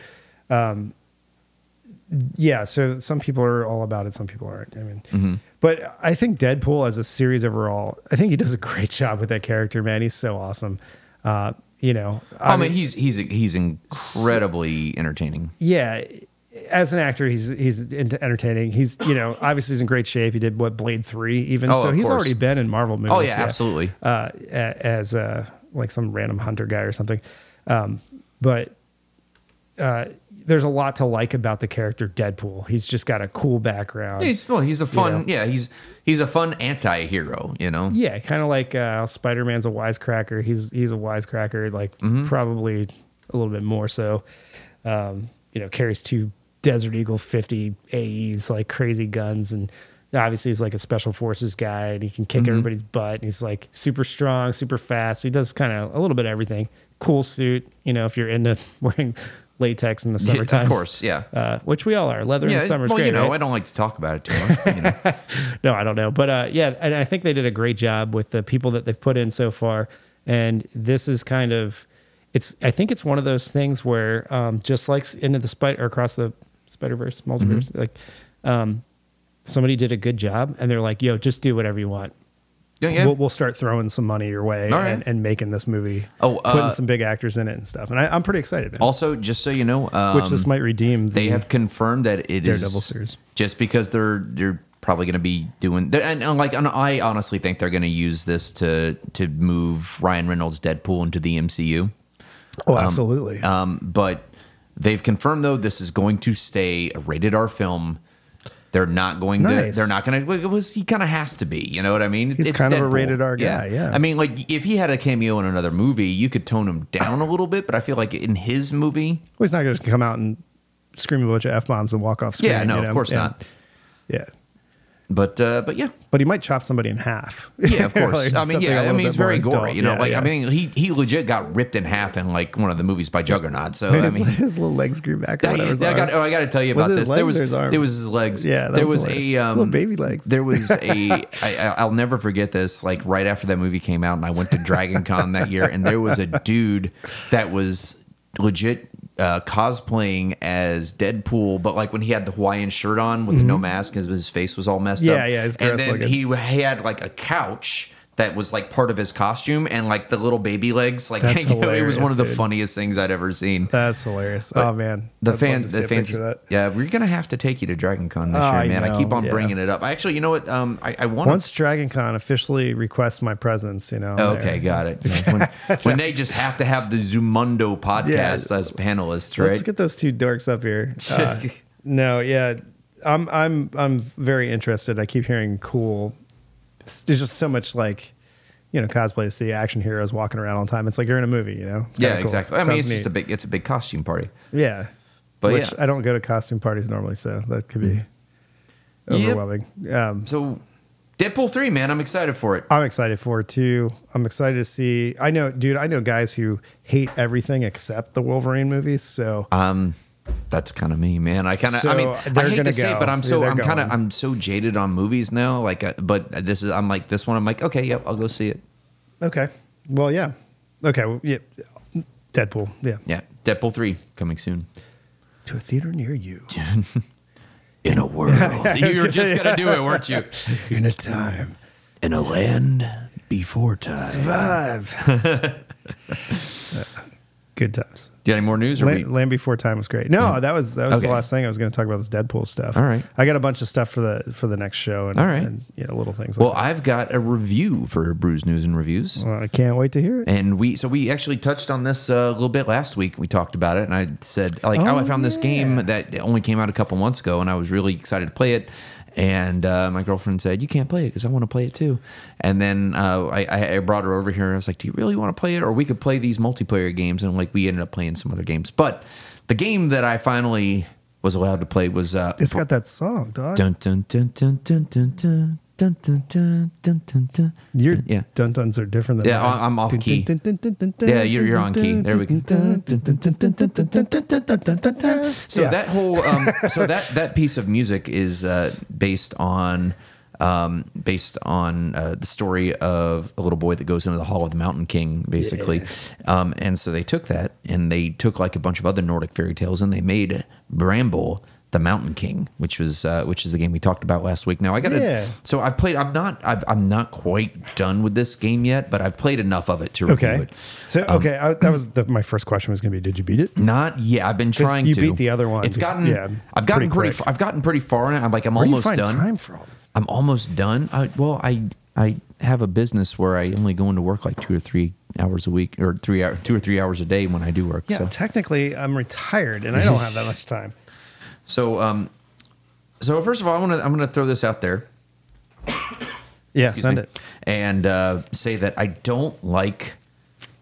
Speaker 4: Um, yeah, so some people are all about it, some people aren't. I mean,
Speaker 3: Mm-hmm.
Speaker 4: but I think Deadpool as a series overall, I think he does a great job with that character. Man, he's so awesome. Uh, you know,
Speaker 3: I, mean, Oh, he's he's he's incredibly entertaining.
Speaker 4: yeah as an actor he's he's ent- entertaining he's you know obviously he's in great shape he did what blade 3 even
Speaker 3: Oh,
Speaker 4: so
Speaker 3: of
Speaker 4: he's
Speaker 3: course.
Speaker 4: already been in marvel movies
Speaker 3: Oh yeah, absolutely.
Speaker 4: uh, a- as uh, like some random hunter guy or something um, but uh, there's a lot to like about the character deadpool he's just got a cool background
Speaker 3: He's well, he's a fun.
Speaker 4: Yeah.
Speaker 3: Yeah, he's he's a fun anti-hero, You know.
Speaker 4: yeah kind of like uh, spider-man's a wisecracker he's he's a wisecracker like
Speaker 3: Mm-hmm.
Speaker 4: probably a little bit more so um, you know carries two desert eagle 50 aes like crazy guns and obviously he's like a special forces guy and he can
Speaker 3: Mm-hmm.
Speaker 4: kick everybody's butt and he's like super strong super fast he does kind of a little bit of everything cool suit you know if you're into wearing latex in the
Speaker 3: Yeah,
Speaker 4: summertime
Speaker 3: of course. Yeah.
Speaker 4: uh, which we all are leather in
Speaker 3: yeah.
Speaker 4: the summer's
Speaker 3: well,
Speaker 4: great
Speaker 3: you know,
Speaker 4: right?
Speaker 3: I don't like to talk about it too much. You know.
Speaker 4: no, I don't know. But uh, yeah, and I think they did a great job with the people that they've put in so far. And this is kind of, it's. I think it's one of those things where um, just like into the spider or across the Spider Verse multiverse, like um, somebody did a good job, and they're like, "Yo, just do whatever you want."
Speaker 3: Yeah, yeah.
Speaker 4: We'll, we'll start throwing some money your way
Speaker 3: All right.
Speaker 4: and, and making this movie.
Speaker 3: Oh, uh,
Speaker 4: putting some big actors in it and stuff. And I, I'm pretty excited. Man.
Speaker 3: also, just so you know, um,
Speaker 4: which this might redeem. The,
Speaker 3: they have confirmed that it is
Speaker 4: Mm-hmm. Daredevil series.
Speaker 3: Just because they're they're probably going to be doing they're- and, and like and I honestly think they're going to use this to to move Ryan Reynolds Deadpool into the MCU.
Speaker 4: oh, absolutely.
Speaker 3: Um, but they've confirmed though this is going to stay a rated R film. They're not going
Speaker 4: Nice.
Speaker 3: to. They're not going to. It was he kind of has to be. You know what I mean?
Speaker 4: He's kind of a rated R guy, yeah.
Speaker 3: I mean, like if he had a cameo in another movie, you could tone him down a little bit. But I feel like in his movie,
Speaker 4: Well, he's not going to come out and scream a bunch of f bombs and walk off screen.
Speaker 3: yeah, no,
Speaker 4: you
Speaker 3: of
Speaker 4: know?
Speaker 3: course
Speaker 4: Yeah.
Speaker 3: not.
Speaker 4: Yeah.
Speaker 3: But uh, but yeah,
Speaker 4: but he might chop somebody in half.
Speaker 3: Yeah, of course.
Speaker 4: Like,
Speaker 3: I mean,
Speaker 4: something a
Speaker 3: yeah, I
Speaker 4: little
Speaker 3: mean, he's
Speaker 4: bit more
Speaker 3: very gory.
Speaker 4: adult.
Speaker 3: You know,
Speaker 4: Yeah,
Speaker 3: like I
Speaker 4: yeah.
Speaker 3: mean, he he legit got ripped in half in like one of the movies by Juggernaut. So I
Speaker 4: his,
Speaker 3: mean.
Speaker 4: his little legs grew back. Or
Speaker 3: I,
Speaker 4: whatever his
Speaker 3: I got,
Speaker 4: arm.
Speaker 3: oh, I got to tell you
Speaker 4: Was
Speaker 3: about
Speaker 4: it his
Speaker 3: this. There
Speaker 4: legs
Speaker 3: was
Speaker 4: or his arm?
Speaker 3: there was his legs.
Speaker 4: Yeah, that
Speaker 3: there
Speaker 4: was
Speaker 3: was,
Speaker 4: hilarious.
Speaker 3: a um,
Speaker 4: Little baby legs.
Speaker 3: There was a I, I, I'll never forget this. Like right after that movie came out, and I went to Dragon Con that year, and there was a dude that was legit uh, cosplaying as Deadpool, but like when he had the Hawaiian shirt on with the no mask, his, his face was all messed
Speaker 4: Mm-hmm. Yeah,
Speaker 3: up.
Speaker 4: yeah, it's
Speaker 3: and
Speaker 4: gross
Speaker 3: then
Speaker 4: looking.
Speaker 3: he he had like a couch that was like part of his costume and like the little baby legs like
Speaker 4: That's
Speaker 3: hanging out. it
Speaker 4: hilarious,
Speaker 3: was one of the
Speaker 4: dude.
Speaker 3: funniest things i'd ever seen
Speaker 4: That's hilarious. oh man,
Speaker 3: the
Speaker 4: I'd love
Speaker 3: fan
Speaker 4: to see
Speaker 3: the
Speaker 4: a
Speaker 3: fans
Speaker 4: picture of that.
Speaker 3: yeah we're gonna have to take you to dragon con this
Speaker 4: Oh, I
Speaker 3: year man i,
Speaker 4: know,
Speaker 3: keep on
Speaker 4: yeah.
Speaker 3: bringing it up actually you know what um i, I want
Speaker 4: Once Dragon Con officially requests my presence, you know. I'm
Speaker 3: Oh, okay
Speaker 4: there.
Speaker 3: got it when, when they just have to have the zoomundo podcast as panelists right
Speaker 4: Let's get those two dorks up here. Uh, no, yeah, I'm I'm I'm very interested. I keep hearing cool. There's just so much like, you know, cosplay to see action heroes walking around all the time. It's like you're in a movie, you know. It's kinda
Speaker 3: yeah
Speaker 4: cool.
Speaker 3: exactly i mean
Speaker 4: Sounds
Speaker 3: it's
Speaker 4: neat.
Speaker 3: just a big it's a big costume party
Speaker 4: Yeah.
Speaker 3: But
Speaker 4: Which
Speaker 3: yeah.
Speaker 4: I don't go to costume parties normally, so that could be
Speaker 3: Mm. Yep.
Speaker 4: overwhelming. Um,
Speaker 3: so Deadpool three, man, I'm excited for it.
Speaker 4: I'm excited for it too. I'm excited to see. I know, dude. I know guys who hate everything except the Wolverine movies. So
Speaker 3: Um, That's kind of me, man. I kind of, I
Speaker 4: So,
Speaker 3: mean,
Speaker 4: they're
Speaker 3: I hate
Speaker 4: gonna
Speaker 3: to say it,
Speaker 4: go.
Speaker 3: but I'm so,
Speaker 4: They're
Speaker 3: I'm kind of,
Speaker 4: going.
Speaker 3: I'm so jaded on movies now. Like, uh, but this is, I'm like, this one, I'm like, okay, yep, I'll go see it.
Speaker 4: okay. Well, yeah. Okay. Well, yeah. Deadpool. Yeah.
Speaker 3: Yeah, Deadpool three coming soon.
Speaker 4: To a theater near you.
Speaker 1: In a world,
Speaker 3: you were just gonna do it, weren't you?
Speaker 4: In a time.
Speaker 1: in a land before time.
Speaker 4: Survive. Good times.
Speaker 3: Do you have any more news? Or
Speaker 4: Land,
Speaker 3: we,
Speaker 4: Land Before Time was great. No, that was that was
Speaker 3: Mm-hmm. Okay.
Speaker 4: the last thing I was going to talk about. This Deadpool stuff.
Speaker 3: All right.
Speaker 4: I got a bunch of stuff for the for the next show. And,
Speaker 3: All right.
Speaker 4: And you know, little things.
Speaker 3: well,
Speaker 4: like
Speaker 3: I've got a review for Brews News and Reviews.
Speaker 4: that. well, I can't wait to hear it.
Speaker 3: And we so we actually touched on this uh, a little bit last week. We talked about it, and I said like, oh, I found this game that only came out a couple months ago, and I was really excited to play it. And uh, my girlfriend said, "You can't play it because I want to play it too." And then uh, I- I, I brought her over here, and I was like, "Do you really want to play it, or we could play these multiplayer games?" And like, we ended up playing some other games. But the game that I finally was allowed to play was uh,
Speaker 4: It's got that song, dog.
Speaker 3: dun dun dun dun dun dun dun dun dun dun dun dun dun.
Speaker 4: Your
Speaker 3: yeah.
Speaker 4: dun duns are different than
Speaker 3: Yeah,
Speaker 4: mine.
Speaker 3: I'm off
Speaker 4: Dun,
Speaker 3: key.
Speaker 4: dun, dun, dun, dun, dun,
Speaker 3: Yeah, you're, you're on
Speaker 4: dun,
Speaker 3: key.
Speaker 4: dun,
Speaker 3: There we go.
Speaker 4: dun, dun, dun, dun, dun, dun, dun, dun, dun, dun, dun, dun, dun.
Speaker 3: So
Speaker 4: Yeah.
Speaker 3: that whole, um, so that that piece of music is uh, based on, um, based on uh, the story of a little boy that goes into the hall of the Mountain King, basically. Um, and so they took that and they took like a bunch of other Nordic fairy tales and they made Bramble the Mountain King, which was uh, which is the game we talked about last week. Now I got to
Speaker 4: Yeah.
Speaker 3: so I played. I'm not. I've, I'm not quite done with this game yet, but I've played enough of it to review
Speaker 4: Okay.
Speaker 3: it.
Speaker 4: So
Speaker 3: Um,
Speaker 4: okay, I, that was the, my first question was going to be, did you beat it?
Speaker 3: Not yet. I've been trying
Speaker 4: you
Speaker 3: to.
Speaker 4: beat the other one.
Speaker 3: It's gotten.
Speaker 4: Yeah,
Speaker 3: I've gotten
Speaker 4: pretty
Speaker 3: pretty.
Speaker 4: quick.
Speaker 3: far, I've gotten pretty far in it. I'm like. I'm
Speaker 4: Where do you
Speaker 3: almost
Speaker 4: find
Speaker 3: done.
Speaker 4: time for all this?
Speaker 3: I'm almost done. I, well, I I have a business where I only go into work like two or three hours a week, or three hour, two or three hours a day when I do work.
Speaker 4: Yeah,
Speaker 3: so
Speaker 4: technically I'm retired and I don't have that much time.
Speaker 3: so um, so first of all, I want to I'm gonna throw this out there.
Speaker 4: Yeah,
Speaker 3: Excuse
Speaker 4: send
Speaker 3: me.
Speaker 4: it.
Speaker 3: And uh, say that I don't like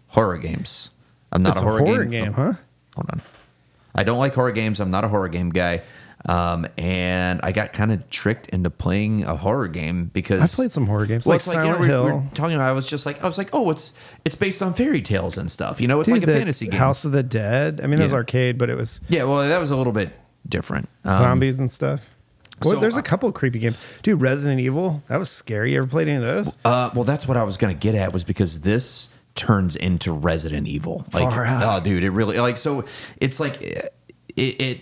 Speaker 3: horror games. I'm not
Speaker 4: it's
Speaker 3: a horror,
Speaker 4: game,
Speaker 3: game
Speaker 4: huh?
Speaker 3: hold on. I don't like horror games. I'm not a horror game guy. Um, and I got kind of tricked into playing a horror game because
Speaker 4: I played some horror games,
Speaker 3: Well,
Speaker 4: like
Speaker 3: it's you
Speaker 4: Silent
Speaker 3: know, we- we were
Speaker 4: Hill.
Speaker 3: talking about, I was just like, I was like, oh, it's it's based on fairy tales and stuff. You know, it's
Speaker 4: Dude,
Speaker 3: like a
Speaker 4: the
Speaker 3: fantasy game.
Speaker 4: House of the Dead. I mean, that was
Speaker 3: Yeah.
Speaker 4: arcade, but it was
Speaker 3: Yeah, well, that was a little bit different. Um,
Speaker 4: zombies and stuff. Well,
Speaker 3: so
Speaker 4: there's
Speaker 3: I-
Speaker 4: a couple creepy games, dude. Resident Evil, that was scary. You ever played any of those?
Speaker 3: Uh, well, that's what I was gonna get at was because this turns into Resident Evil. Like,
Speaker 4: Far out.
Speaker 3: oh, dude, it really like so. It's like it, it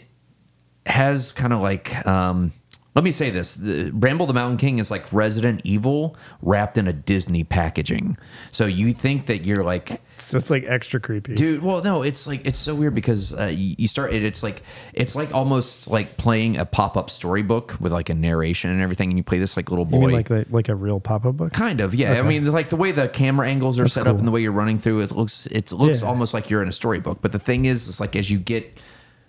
Speaker 3: has kind of like. Um, let me say this: the, Bramble the Mountain King is like Resident Evil wrapped in a Disney packaging. So you think that you're like
Speaker 4: So it's like extra creepy.
Speaker 3: dude well no it's like it's so weird because uh, you, you start it, it's like it's like almost like playing a pop-up storybook with like a narration and everything and you play this like little boy
Speaker 4: you mean like the, like a real pop-up book?
Speaker 3: kind of yeah i mean like the way the camera angles are set up
Speaker 4: cool.
Speaker 3: and the way you're running through it looks it looks
Speaker 4: Yeah.
Speaker 3: almost like you're in a storybook but the thing is it's like as you get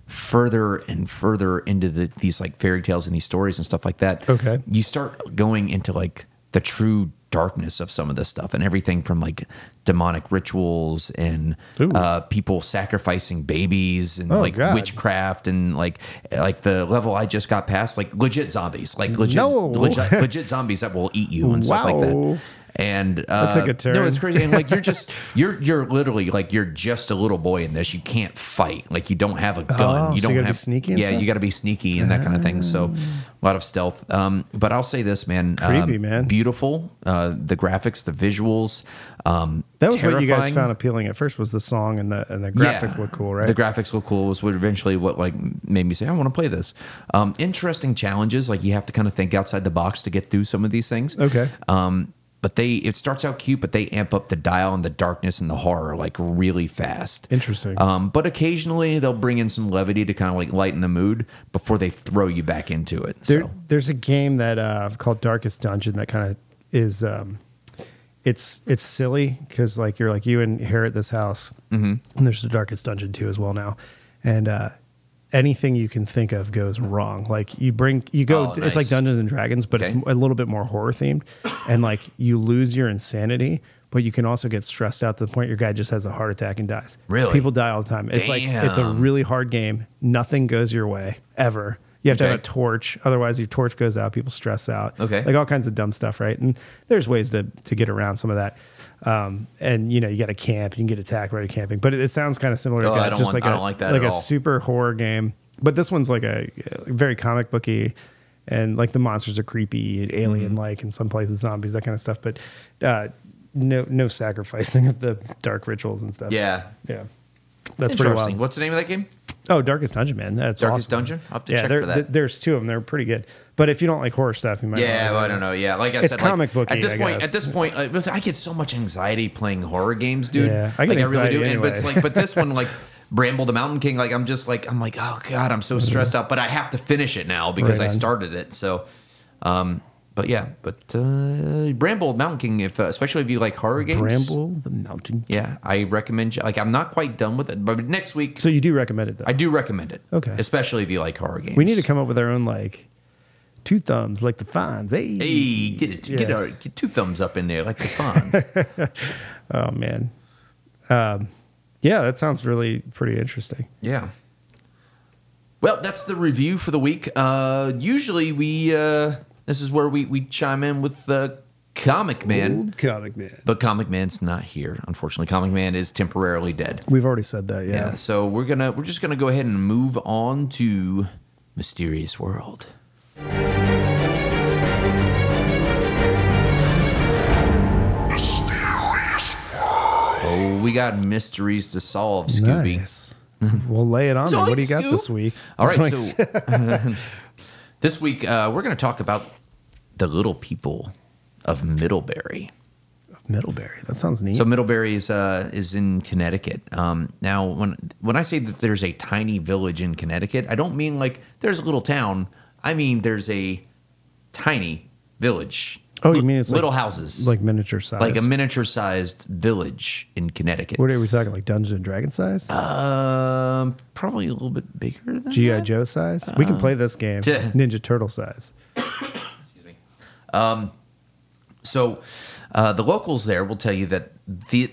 Speaker 3: further and further into the, these like fairy tales and these stories and stuff like that
Speaker 4: Okay.
Speaker 3: you start going into like the true darkness of some of this stuff and everything from like demonic rituals and
Speaker 4: Ooh.
Speaker 3: uh, people sacrificing babies and
Speaker 4: Oh,
Speaker 3: like
Speaker 4: God.
Speaker 3: witchcraft and like like the level I just got past like legit zombies like legit
Speaker 4: No.
Speaker 3: legit, legit zombies that will eat you and stuff like
Speaker 4: Wow.
Speaker 3: that and uh,
Speaker 4: That took a
Speaker 3: No, it's
Speaker 4: turn.
Speaker 3: crazy. And like you're just you're you're literally like you're just a little boy in this. You can't fight. Like you don't have a gun.
Speaker 4: Oh,
Speaker 3: you
Speaker 4: so
Speaker 3: don't
Speaker 4: you gotta be
Speaker 3: have
Speaker 4: sneaky and
Speaker 3: Yeah,
Speaker 4: stuff? Ah.
Speaker 3: you got to be sneaky and that kind of thing. So a lot of stealth. Um, but I'll say this, man.
Speaker 4: Creepy,
Speaker 3: um,
Speaker 4: man.
Speaker 3: Beautiful. Uh, the graphics, the visuals. Um,
Speaker 4: That was what you guys
Speaker 3: terrifying.
Speaker 4: found appealing at first was the song and the and the
Speaker 3: Yeah.
Speaker 4: graphics look cool, right?
Speaker 3: The graphics look cool was what eventually what like made me say I want to play this. Um, interesting challenges like you have to kind of think outside the box to get through some of these things.
Speaker 4: Okay.
Speaker 3: Um, but they it starts out cute, but they amp up the dial and the darkness and the horror like really fast.
Speaker 4: Interesting.
Speaker 3: Um, but occasionally they'll bring in some levity to kind of like lighten the mood before they throw you back into it.
Speaker 4: There,
Speaker 3: so
Speaker 4: There's a game that uh, called Darkest Dungeon that kind of is um, it's it's silly because like you're like you inherit this house, mm-hmm. and there's the Darkest Dungeon too as well now, and uh, anything you can think of goes wrong. Like you bring you go,
Speaker 3: Oh,
Speaker 4: it's like
Speaker 3: nice.
Speaker 4: Dungeons and Dragons, but
Speaker 3: Okay.
Speaker 4: it's a little bit more horror themed, and like you lose your insanity. But you can also get stressed out to the point your guy just has a heart attack and dies.
Speaker 3: Really?
Speaker 4: people die all the time. It's like it's a
Speaker 3: Damn.
Speaker 4: really hard game. Nothing goes your way ever. You have to have
Speaker 3: Okay.
Speaker 4: a torch, otherwise your torch goes out. People stress out.
Speaker 3: Okay.
Speaker 4: like all kinds of dumb stuff, right? And there's ways to to get around some of that. Um, and you know you got to camp, you can get attacked while you're camping, but it, it sounds kind of similar.
Speaker 3: Oh,
Speaker 4: to
Speaker 3: I don't
Speaker 4: just
Speaker 3: want-
Speaker 4: like
Speaker 3: I
Speaker 4: a,
Speaker 3: don't like that
Speaker 4: Like
Speaker 3: at
Speaker 4: a
Speaker 3: all.
Speaker 4: super horror game, but this one's like a uh, very comic booky, and like the monsters are creepy
Speaker 3: Mm-hmm.
Speaker 4: and alien like, in some places zombies that kind of stuff. But uh, no no sacrificing of the dark rituals and stuff.
Speaker 3: Yeah.
Speaker 4: yeah, that's pretty
Speaker 3: Interesting.
Speaker 4: wild.
Speaker 3: What's the name of that game?
Speaker 4: Oh, Darkest Dungeon, man, that's
Speaker 3: Darkest
Speaker 4: awesome.
Speaker 3: Dungeon? I'll have to
Speaker 4: yeah,
Speaker 3: check
Speaker 4: there-
Speaker 3: for that.
Speaker 4: th- there's two of them. They're pretty good. But if you don't like horror stuff, you might. not
Speaker 3: Yeah,
Speaker 4: like
Speaker 3: well, I
Speaker 4: them.
Speaker 3: don't know. Yeah, like I
Speaker 4: It's
Speaker 3: said,
Speaker 4: comic
Speaker 3: like,
Speaker 4: booky,
Speaker 3: At this
Speaker 4: I
Speaker 3: point,
Speaker 4: guess.
Speaker 3: at this point, like, listen, I get so much anxiety playing horror games, dude.
Speaker 4: Yeah, I get
Speaker 3: like, I
Speaker 4: anxiety
Speaker 3: really do. And, but it's
Speaker 4: anyway.
Speaker 3: like, but this one, like Bramble the Mountain King, like I'm just like I'm like, oh god, I'm so stressed out, but I have to finish it now because
Speaker 4: Mm-hmm. Right
Speaker 3: I
Speaker 4: on.
Speaker 3: started it. So, um, but yeah, but uh, Bramble Mountain King, if uh, especially if you like horror games,
Speaker 4: Bramble the Mountain.
Speaker 3: Yeah, I recommend. you- Like I'm not quite done with it, but next week
Speaker 4: So you do recommend it though.
Speaker 3: I do recommend it.
Speaker 4: Okay.
Speaker 3: especially if you like horror games.
Speaker 4: we need to come up with our own like two thumbs, like the fines. Hey,
Speaker 3: Hey, get it, get,
Speaker 4: Yeah.
Speaker 3: our, get two thumbs up in there, like the Fonz.
Speaker 4: oh man, um, yeah, that sounds really pretty interesting.
Speaker 3: Yeah. Well, that's the review for the week. Uh, usually we uh, this is where we we chime in with the comic man,
Speaker 4: comic man.
Speaker 3: but comic man's not here. Unfortunately, comic man is temporarily dead.
Speaker 4: We've already said that. Yeah.
Speaker 3: Yeah. So we're gonna we're just gonna go ahead and move on to mysterious world. Oh, we got mysteries to solve, Scooby.
Speaker 4: Nice. we'll lay it on. Then.
Speaker 3: Zoinks,
Speaker 4: What do you got
Speaker 3: Scoop.
Speaker 4: this week?
Speaker 3: All right,
Speaker 4: Zoinks.
Speaker 3: so this week uh, we're going to talk about the little people of Middlebury.
Speaker 4: Middlebury. That sounds neat.
Speaker 3: So Middlebury is uh, is in Connecticut. Um, now, when when I say that there's a tiny village in Connecticut, I don't mean like there's a little town. I mean there's a tiny village.
Speaker 4: oh, you mean it's
Speaker 3: little
Speaker 4: like,
Speaker 3: houses,
Speaker 4: like miniature size?
Speaker 3: like a miniature sized village in Connecticut.
Speaker 4: What are we talking? Like Dungeons and Dragon size?
Speaker 3: Uh, Um, probably a little bit bigger than
Speaker 4: GI
Speaker 3: that.
Speaker 4: Joe size? we can play this game.
Speaker 3: uh, yeah.
Speaker 4: Ninja Turtle size.
Speaker 3: So, uh, the locals there will tell you that the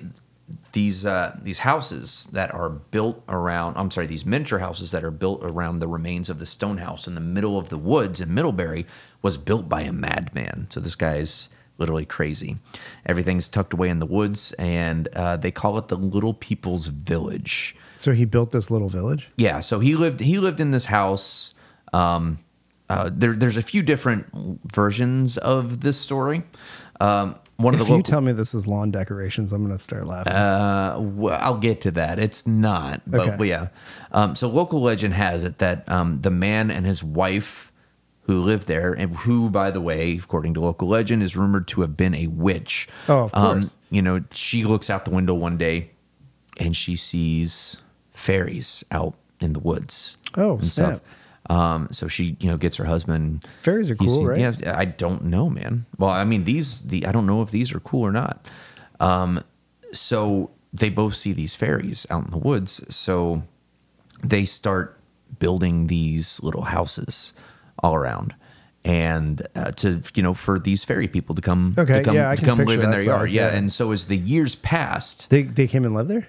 Speaker 3: these uh, these houses that are built around I'm sorry these miniature houses that are built around the remains of the stone house in the middle of the woods in Middlebury was built by a madman. So this guy's literally crazy. Everything's tucked away in the woods, and uh, they call it the Little People's Village.
Speaker 4: So he built this little village.
Speaker 3: Yeah, so he lived he lived in this house. Um, uh, there, there's a few different versions of this story. Um, one
Speaker 4: If
Speaker 3: of the
Speaker 4: you
Speaker 3: local-
Speaker 4: tell me this is lawn decorations, I'm going to start laughing.
Speaker 3: uh, well, I'll get to that. It's not, but
Speaker 4: Okay.
Speaker 3: yeah. Um, so local legend has it that um, the man and his wife who lived there, and who, by the way, according to local legend, is rumored to have been a witch. Um,
Speaker 4: Oh, of course.
Speaker 3: you know, she looks out the window one day and she sees fairies out in the woods.
Speaker 4: Oh,
Speaker 3: and
Speaker 4: snap.
Speaker 3: Um, so she, you know, gets her husband.
Speaker 4: Fairies are
Speaker 3: He's-
Speaker 4: cool, right?
Speaker 3: Yeah, I don't know, man. Well, I mean, these the I don't know if these are cool or not. Um, so they both see these fairies out in the woods, so they start building these little houses all around, and uh, to you know for these fairy people to come,
Speaker 4: Okay,
Speaker 3: to come,
Speaker 4: yeah, I
Speaker 3: to
Speaker 4: can
Speaker 3: come live
Speaker 4: picture
Speaker 3: in
Speaker 4: that
Speaker 3: their yard,
Speaker 4: size,
Speaker 3: yeah.
Speaker 4: yeah.
Speaker 3: And so as the years passed,
Speaker 4: they, they came and lived there?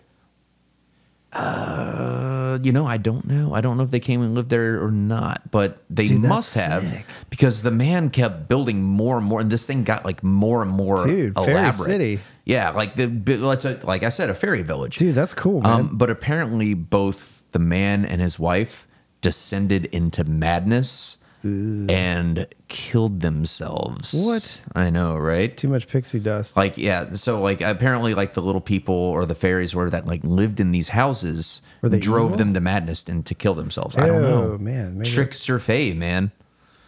Speaker 3: uh, you know, I don't know. I don't know if they came and lived there or not, but they
Speaker 4: Dude, that's
Speaker 3: must have
Speaker 4: sick.
Speaker 3: because the man kept building more and more, and this thing got like more and more
Speaker 4: Dude, fairy
Speaker 3: elaborate.
Speaker 4: city.
Speaker 3: Yeah, like the bi- let's say- like I said, a fairy village.
Speaker 4: Dude, that's cool, man.
Speaker 3: Um, but apparently, both the man and his wife descended into madness and killed themselves.
Speaker 4: What?
Speaker 3: I know, right?
Speaker 4: Too much pixie dust.
Speaker 3: Like yeah, so like apparently like the little people or the fairies were that like lived in these houses
Speaker 4: Were they
Speaker 3: drove
Speaker 4: evil?
Speaker 3: them to madness and to kill themselves.
Speaker 4: oh,
Speaker 3: I don't know.
Speaker 4: man. Maybe,
Speaker 3: Trickster Fae, man.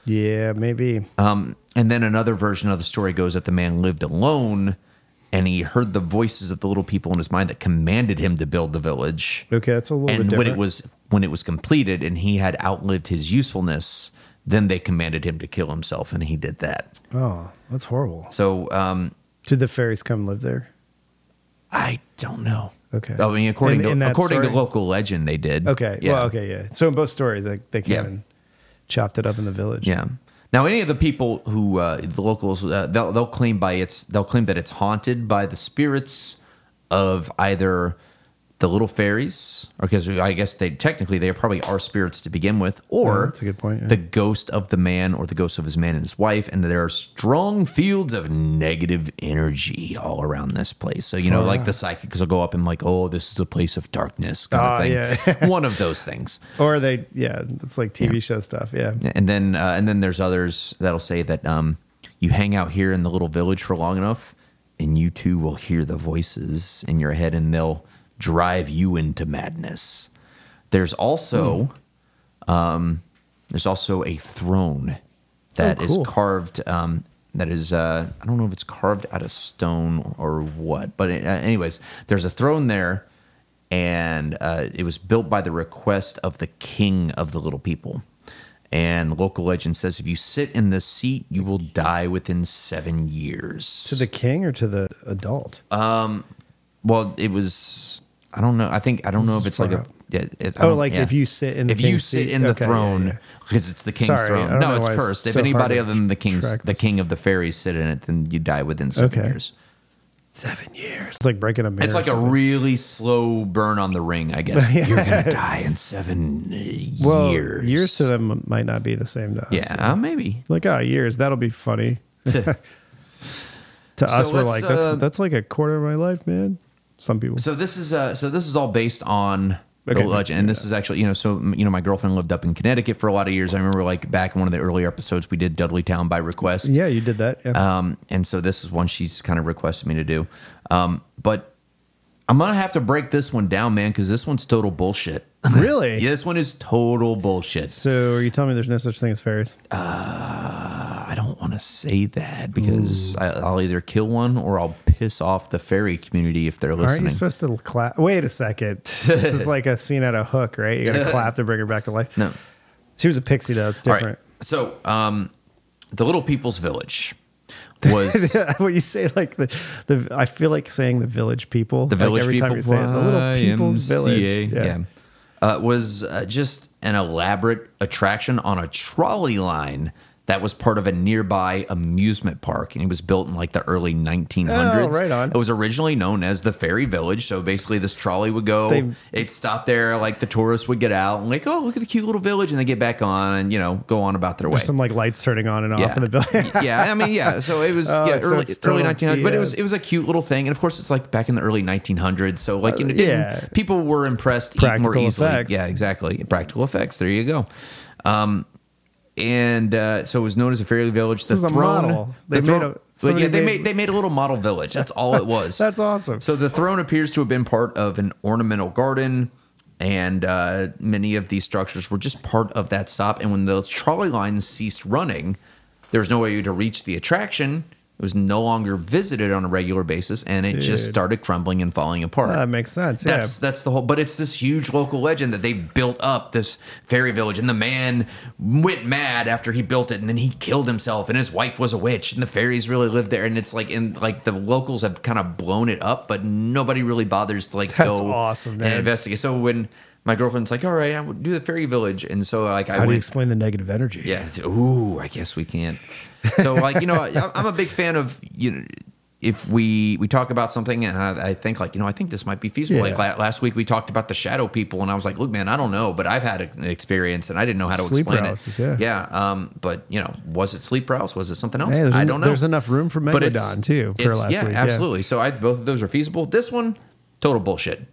Speaker 4: Yeah, maybe.
Speaker 3: Um, and then another version of the story goes that the man lived alone and he heard the voices of the little people in his mind that commanded him to build the village.
Speaker 4: Okay, that's a little bit
Speaker 3: And
Speaker 4: different.
Speaker 3: when it was when it was completed and he had outlived his usefulness, then they commanded him to kill himself and he did that.
Speaker 4: oh, that's horrible.
Speaker 3: So um,
Speaker 4: Did the fairies come live there?
Speaker 3: I don't know.
Speaker 4: Okay.
Speaker 3: I mean, according
Speaker 4: In-
Speaker 3: to
Speaker 4: in that
Speaker 3: according to
Speaker 4: story?
Speaker 3: local legend, they did.
Speaker 4: Okay.
Speaker 3: Yeah.
Speaker 4: Well, okay, yeah. So in both stories, they, they came
Speaker 3: Yeah.
Speaker 4: and chopped it up in the village.
Speaker 3: Yeah. Now, any of the people who uh, the locals uh, they'll, they'll claim by its they'll claim that it's haunted by the spirits of either the little fairies, or because I guess they technically they probably are spirits to begin with, or
Speaker 6: Yeah, that's a good point, yeah.
Speaker 3: The ghost of the man, or the ghost of his man and his wife, and there are strong fields of negative energy all around this place. So you
Speaker 6: Oh,
Speaker 3: know, like the psychics will go up and like, oh, this is a place of darkness,
Speaker 6: Ah,
Speaker 3: kind of thing.
Speaker 6: yeah.
Speaker 3: One of those things.
Speaker 6: Or they, yeah, it's like TV show stuff. Yeah.
Speaker 3: And then uh, and then there's others that'll say that um, you hang out here in the little village for long enough, and you too will hear the voices in your head, and they'll drive you into madness. There's also, um, there's also a throne that is
Speaker 6: cool.
Speaker 3: carved. Um, that is, uh, I don't know if it's carved out of stone or what, but it, uh, anyways, there's a throne there, and uh, it was built by the request of the king of the little people. And local legend says if you sit in this seat, you will die within seven years.
Speaker 6: To the king or to the adult?
Speaker 3: Uh, well, it was I don't know. I think I don't know if
Speaker 6: is
Speaker 3: it's like
Speaker 6: far
Speaker 3: a
Speaker 6: out.
Speaker 3: yeah, it, I
Speaker 6: Oh,
Speaker 3: don't-
Speaker 6: like
Speaker 3: yeah.
Speaker 6: if you sit in the
Speaker 3: if you
Speaker 6: king's
Speaker 3: sit
Speaker 6: seat?
Speaker 3: in the
Speaker 6: Okay, yeah,
Speaker 3: throne
Speaker 6: yeah.
Speaker 3: because it's the king's
Speaker 6: Sorry, I
Speaker 3: throne.
Speaker 6: don't
Speaker 3: No,
Speaker 6: know
Speaker 3: it's
Speaker 6: why it's
Speaker 3: cursed. if
Speaker 6: so
Speaker 3: anybody
Speaker 6: hard to
Speaker 3: other than the king's
Speaker 6: track
Speaker 3: the
Speaker 6: this.
Speaker 3: king of the fairies sit in it, then you die within seven
Speaker 6: Okay.
Speaker 3: years.
Speaker 6: It's like breaking a mirror.
Speaker 3: It's like
Speaker 6: or
Speaker 3: a
Speaker 6: something.
Speaker 3: really slow burn on the ring, I guess. You're gonna die in seven uh,
Speaker 6: well,
Speaker 3: years.
Speaker 6: to them might not be the same to us.
Speaker 3: yeah, uh, maybe.
Speaker 6: Like, oh, years. That'll be funny. To us, we're
Speaker 3: let's,
Speaker 6: like, that's,
Speaker 3: uh,
Speaker 6: that's like a quarter of my life, man. Some people.
Speaker 3: So this is uh, so this is all based on
Speaker 6: Okay.
Speaker 3: the legend, and this is actually you know so m- you know my girlfriend lived up in Connecticut for a lot of years. I remember like back in one of the earlier episodes we did Dudley Town by request.
Speaker 6: yeah, you did that. Yeah.
Speaker 3: Um, and so this is one she's kind of requested me to do. Um, but I'm gonna have to break this one down, man, because this one's total bullshit.
Speaker 6: really?
Speaker 3: yeah, this one is total bullshit.
Speaker 6: So are you telling me there's no such thing as fairies?
Speaker 3: Uh, I don't want to say that because I, I'll either kill one or I'll piss off the fairy community if they're
Speaker 6: Aren't
Speaker 3: listening.
Speaker 6: you supposed to clap? Wait a second. this is like a scene out of Hook, right? You got to clap to bring her back to life.
Speaker 3: no.
Speaker 6: She was a pixie, though. It's
Speaker 3: All right.
Speaker 6: different.
Speaker 3: So, um, the Little People's Village was
Speaker 6: when you say like the, the, I feel like saying the village people.
Speaker 3: the
Speaker 6: like
Speaker 3: village
Speaker 6: every
Speaker 3: people.
Speaker 6: time you say it, the little people's
Speaker 3: YMCA,
Speaker 6: village. Yeah.
Speaker 3: Uh, was uh, just an elaborate attraction on a trolley line that was part of a nearby amusement park, and it was built in like the early 1900s.
Speaker 6: Oh, right on.
Speaker 3: It was originally known as the Ferry Village. So basically, this trolley would go,
Speaker 6: They-
Speaker 3: it'd stop there, like the tourists would get out and like, oh, look at the cute little village, and they get back on and you know go on about their way.
Speaker 6: Some like lights turning on and off in the building.
Speaker 3: Y- yeah, I mean, yeah. So it was
Speaker 6: Oh,
Speaker 3: yeah,
Speaker 6: so
Speaker 3: early
Speaker 6: it's
Speaker 3: early
Speaker 6: total
Speaker 3: 1900s, but it was
Speaker 6: BS.
Speaker 3: it was a cute little thing, and of course, it's like back in the early 1900s. So like you know, didn't-
Speaker 6: yeah.
Speaker 3: people were impressed e- more
Speaker 6: Practical
Speaker 3: easily.
Speaker 6: effects.
Speaker 3: Yeah, exactly. Practical effects. There you go. Um, and uh, so it was known as a fairy village. The
Speaker 6: is a
Speaker 3: throne,
Speaker 6: model.
Speaker 3: the
Speaker 6: They made
Speaker 3: throne-
Speaker 6: a-
Speaker 3: but yeah,
Speaker 6: somebody
Speaker 3: they
Speaker 6: made-
Speaker 3: made they made a little model village. That's all it was.
Speaker 6: That's awesome.
Speaker 3: So the throne appears to have been part of an ornamental garden, and uh, many of these structures were just part of that stop. And when the trolley lines ceased running, there was no way to reach the attraction. It was no longer visited on a regular basis, and it just
Speaker 6: Dude.
Speaker 3: started crumbling and falling apart.
Speaker 6: that makes sense. Yeah.
Speaker 3: That's that's the whole. But it's this huge local legend that they built up this fairy village, and the man went mad after he built it, and then he killed himself, and his wife was a witch, and the fairies really lived there, and it's like and like the locals have kind of blown it up, but nobody really bothers to like
Speaker 6: That's
Speaker 3: go
Speaker 6: awesome,
Speaker 3: and
Speaker 6: man.
Speaker 3: investigate. So when my girlfriend's like, "All right, I would do the fairy village," and so like I
Speaker 6: How do you
Speaker 3: went,
Speaker 6: explain the negative energy?
Speaker 3: yeah. it's- Ooh, I guess we can't. So, like, you know, I, I'm a big fan of you know, if we we talk about something, and I, I think like you know, I think this might be feasible.
Speaker 6: Yeah.
Speaker 3: Like la- last week, we talked about the shadow people, and I was like, look, man, I don't know, but I've had an experience, and I didn't know how to
Speaker 6: Sleep
Speaker 3: explain
Speaker 6: paralysis,
Speaker 3: it.
Speaker 6: yeah.
Speaker 3: Yeah. Um. But you know, was it sleep paralysis? Was it something else?
Speaker 6: Hey, there's
Speaker 3: I
Speaker 6: en-
Speaker 3: don't know.
Speaker 6: there's enough room for
Speaker 3: But it's-
Speaker 6: Megalodon, too, for
Speaker 3: it's-
Speaker 6: last
Speaker 3: yeah,
Speaker 6: week, yeah.
Speaker 3: absolutely. So I both of those are feasible. This one, total bullshit.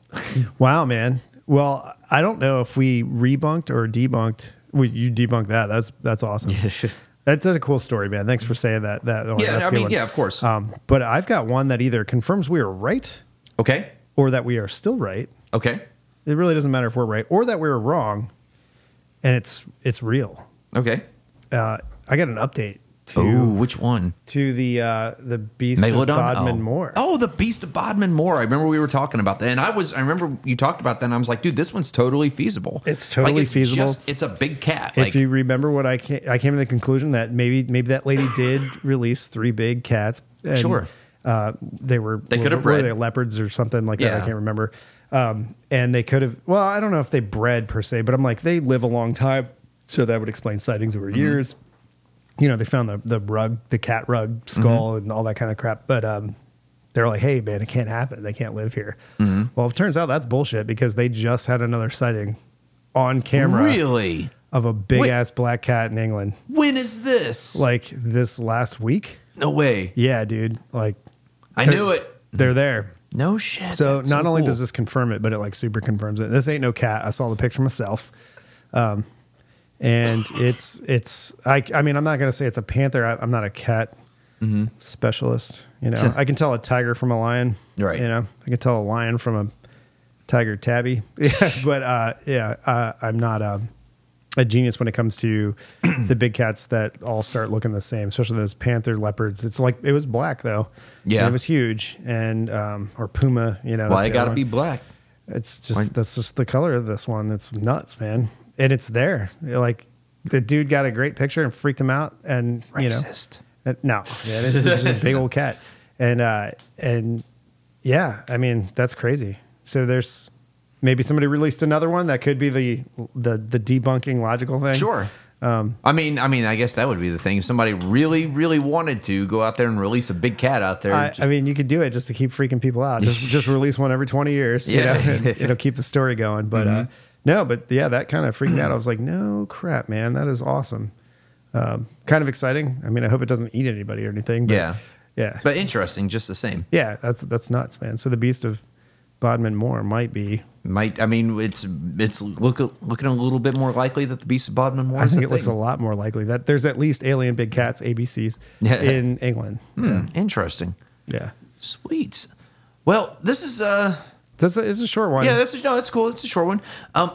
Speaker 6: Wow, man. Well, I don't know if we rebunked or debunked. Well, you debunked that. That's that's awesome. That's, that's a cool story, man. Thanks for saying that. That oh,
Speaker 3: yeah.
Speaker 6: that's a
Speaker 3: I
Speaker 6: good
Speaker 3: mean,
Speaker 6: one.
Speaker 3: yeah, of course.
Speaker 6: Um, but I've got one that either confirms we are right
Speaker 3: okay.
Speaker 6: or that we are still right.
Speaker 3: Okay.
Speaker 6: It really doesn't matter if we're right or that we were wrong, and it's it's real.
Speaker 3: Okay.
Speaker 6: Uh, I got an update to
Speaker 3: Ooh, which one?
Speaker 6: to the uh, the Beast of Bodmin
Speaker 3: oh.
Speaker 6: Moore.
Speaker 3: Oh, the Beast of Bodmin Moore. I remember we were talking about that, and I was. I remember you talked about that, and I was like, dude, this one's totally feasible.
Speaker 6: It's totally feasible.
Speaker 3: it's a big cat.
Speaker 6: If
Speaker 3: like,
Speaker 6: you remember what I came, I came to the conclusion that maybe maybe that lady did release three big cats. and,
Speaker 3: Sure.
Speaker 6: uh, they were
Speaker 3: They could have
Speaker 6: were- were
Speaker 3: bred.
Speaker 6: they leopards or something like that. I
Speaker 3: Yeah.
Speaker 6: can't remember. Um, and they could have. Well, I don't know if they bred per se, but I'm like they live a long time, so that would explain sightings
Speaker 3: Mm-hmm.
Speaker 6: over years.
Speaker 3: Mm-hmm.
Speaker 6: You know, they found the the rug, the cat rug skull, and all that kind of crap. But um, They're like, hey, man, it can't happen. They can't live here.
Speaker 3: Mm-hmm.
Speaker 6: Well, it turns out that's bullshit because they just had another sighting on camera
Speaker 3: Really?
Speaker 6: of a big
Speaker 3: Wait.
Speaker 6: ass black cat in England
Speaker 3: When is this?
Speaker 6: like this last week.
Speaker 3: no way.
Speaker 6: Yeah, dude. Like,
Speaker 3: I knew it.
Speaker 6: They're there.
Speaker 3: No shit.
Speaker 6: So
Speaker 3: That's
Speaker 6: not only
Speaker 3: cool.
Speaker 6: does this confirm it, but it like super confirms it. This ain't no cat. I saw the picture myself. Um, and it's it's I I mean I'm not gonna say it's a panther. I, I'm not a cat
Speaker 3: Mm-hmm.
Speaker 6: specialist. You know I can tell a tiger from a lion.
Speaker 3: Right.
Speaker 6: You know I can tell a lion from a tiger tabby. Yeah, but uh, yeah, uh, I'm not um a genius when it comes to the big cats that all start looking the same, especially those panther leopards. It's like it was black though.
Speaker 3: Yeah.
Speaker 6: And it was huge and um, or puma. You know,
Speaker 3: Why
Speaker 6: that's
Speaker 3: it
Speaker 6: the
Speaker 3: gotta
Speaker 6: other
Speaker 3: be
Speaker 6: one.
Speaker 3: black?
Speaker 6: It's just
Speaker 3: why-
Speaker 6: that's just the color of this one. It's nuts, man, and it's there. Like the dude got a great picture and freaked him out, and you know,
Speaker 3: Racist.
Speaker 6: uh, no, yeah, this is just a big old cat, and uh, and yeah, I mean that's crazy. So there's maybe somebody released another one that could be the the the debunking logical thing.
Speaker 3: Sure.
Speaker 6: Um,
Speaker 3: I mean, I mean, I guess that would be the thing. If somebody really, really wanted to go out there and release a big cat out there,
Speaker 6: I,
Speaker 3: just-
Speaker 6: I mean, you could do it just to keep freaking people out. Just just release one every twenty years. You
Speaker 3: Yeah. Mm-hmm.
Speaker 6: know, and it'll keep the story going. But uh, no, but yeah, that kind of freaked me out. I was like, no crap, man, that is awesome. Um, kind of exciting. I mean, I hope it doesn't eat anybody or anything. But
Speaker 3: Yeah.
Speaker 6: yeah,
Speaker 3: but interesting, just the same.
Speaker 6: yeah. That's that's nuts, man. So the Beast of Bodmin Moor might be.
Speaker 3: Might I mean it's it's look, looking a little bit more likely that the Beast of Bodmin Moor.
Speaker 6: I
Speaker 3: is
Speaker 6: think
Speaker 3: a
Speaker 6: it looks a
Speaker 3: thing.
Speaker 6: lot more likely that there's at least alien big cats ABCs
Speaker 3: Yeah.
Speaker 6: in England.
Speaker 3: Hmm, interesting.
Speaker 6: Yeah,
Speaker 3: Sweet. Well, this is uh
Speaker 6: that's a, it's a short one.
Speaker 3: yeah, that's no, that's cool. It's a short one. Um,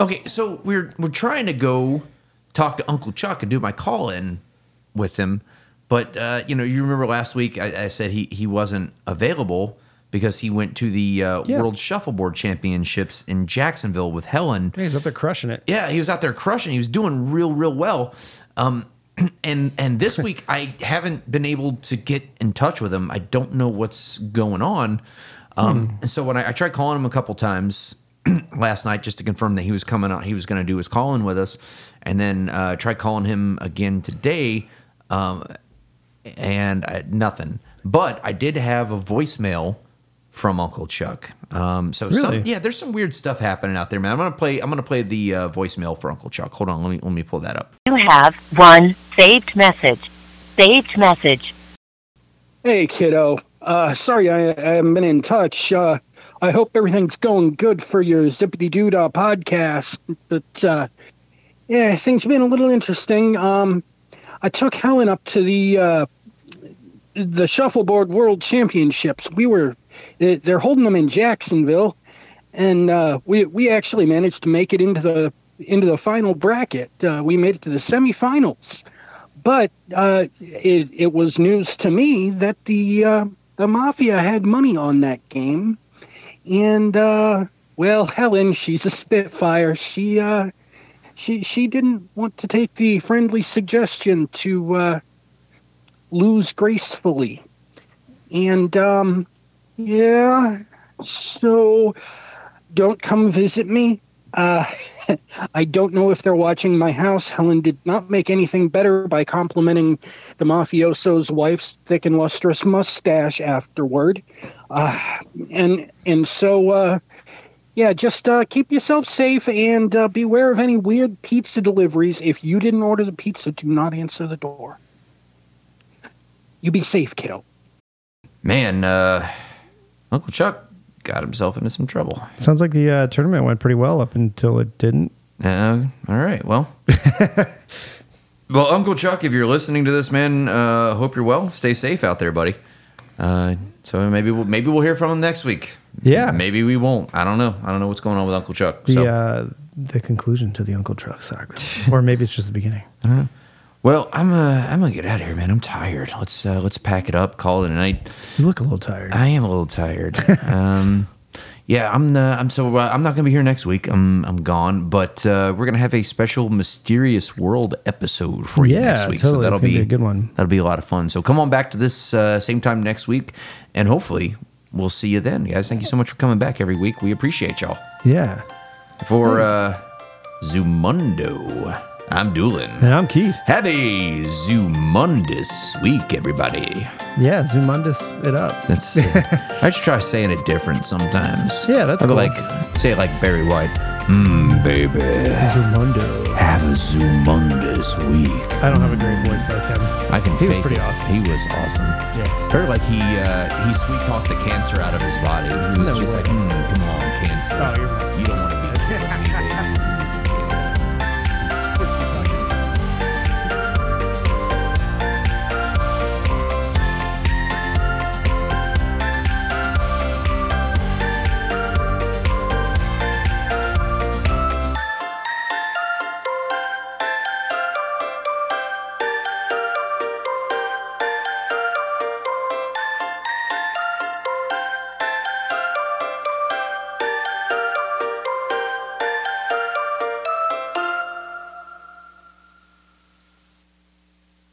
Speaker 3: okay, so we're we're trying to go talk to Uncle Chuck and do my call in with him, but uh, you know, you remember last week I, I said he he wasn't available because he went to the uh,
Speaker 6: Yeah.
Speaker 3: World Shuffleboard Championships in Jacksonville with Helen.
Speaker 6: he's up there crushing it.
Speaker 3: Yeah, he was out there crushing. He was doing real, real well. Um, and and this week I haven't been able to get in touch with him. I don't know what's going on. Um, And so when I, I tried calling him a couple times last night just to confirm that he was coming out, he was going to do his call in with us, and then uh, tried calling him again today, um, and I, nothing. But I did have a voicemail from Uncle Chuck. Um, so some,
Speaker 6: Really?
Speaker 3: yeah, there's some weird stuff happening out there, man. I'm gonna play. I'm gonna play the uh, voicemail for Uncle Chuck. Hold on, let me let me pull that up.
Speaker 7: You have one saved message. Saved message.
Speaker 8: Hey, kiddo. Uh, sorry I, I haven't been in touch. Uh, I hope everything's going good for your Zippity Doodah podcast. But uh, yeah, things have been a little interesting. Um, I took Helen up to the uh, the Shuffleboard World Championships. We were they- they're holding them in Jacksonville, and uh, we we actually managed to make it into the into the final bracket. Uh, we made it to the semifinals but uh, it, it was news to me that the uh, the mafia had money on that game, and uh, well, Helen, she's a spitfire. She uh, she she didn't want to take the friendly suggestion to uh, lose gracefully, and um, yeah, so don't come visit me. Uh, I don't know if they're watching my house. Helen did not make anything better by complimenting the mafioso's wife's thick and lustrous mustache afterward. Uh, and and so uh, yeah, just uh, keep yourself safe and uh, beware of any weird pizza deliveries. If you didn't order the pizza, do not answer the door. You be safe, kiddo.
Speaker 3: Man, uh, Uncle Chuck got himself into some trouble.
Speaker 6: Sounds like the uh, tournament went pretty well up until it didn't.
Speaker 3: Uh, all right, well. Well, Uncle Chuck, if you're listening to this, man, uh, hope you're well. Stay safe out there, buddy. Uh, so maybe we'll, maybe we'll hear from him next week.
Speaker 6: Yeah.
Speaker 3: maybe we won't. I don't know. I don't know what's going on with Uncle Chuck. So,
Speaker 6: the uh, the conclusion to the Uncle Truck saga, or maybe it's just the beginning.
Speaker 3: well, I'm uh, I'm gonna get out of here, man. I'm tired. Let's uh, let's pack it up, call it a night.
Speaker 6: You look a little tired.
Speaker 3: I am a little tired. um, yeah, I'm the, I'm so uh, I'm not gonna be here next week. I'm I'm gone, but uh, we're gonna have a special mysterious world episode for you
Speaker 6: Yeah,
Speaker 3: next week.
Speaker 6: totally. It's gonna be a good one.
Speaker 3: That'll be a lot of fun. So come on back to this uh, same time next week, and hopefully we'll see you then, guys. Thank you so much for coming back every week. We appreciate y'all
Speaker 6: yeah,
Speaker 3: for uh, Zumundo. I'm Doolin.
Speaker 4: And I'm Keith.
Speaker 3: Have a zoomundous week, everybody.
Speaker 4: Yeah, Zoomundus it up.
Speaker 3: That's. uh, I should try saying it different sometimes.
Speaker 4: Yeah, that's
Speaker 3: I'll go
Speaker 4: cool.
Speaker 3: Like say it like Barry White. Mmm, baby.
Speaker 4: Zoomundo.
Speaker 3: Have a zoomundous week.
Speaker 4: I don't have a great voice like him.
Speaker 3: I can.
Speaker 4: Uh, He was
Speaker 3: fake
Speaker 4: pretty
Speaker 3: it.
Speaker 4: awesome.
Speaker 3: He was awesome.
Speaker 4: Yeah.
Speaker 3: Heard like he uh, he sweet talked the cancer out of his body. He was
Speaker 4: No
Speaker 3: just
Speaker 4: way.
Speaker 3: like, mm, come on, cancer.
Speaker 4: Oh, you're messing
Speaker 3: you don't want to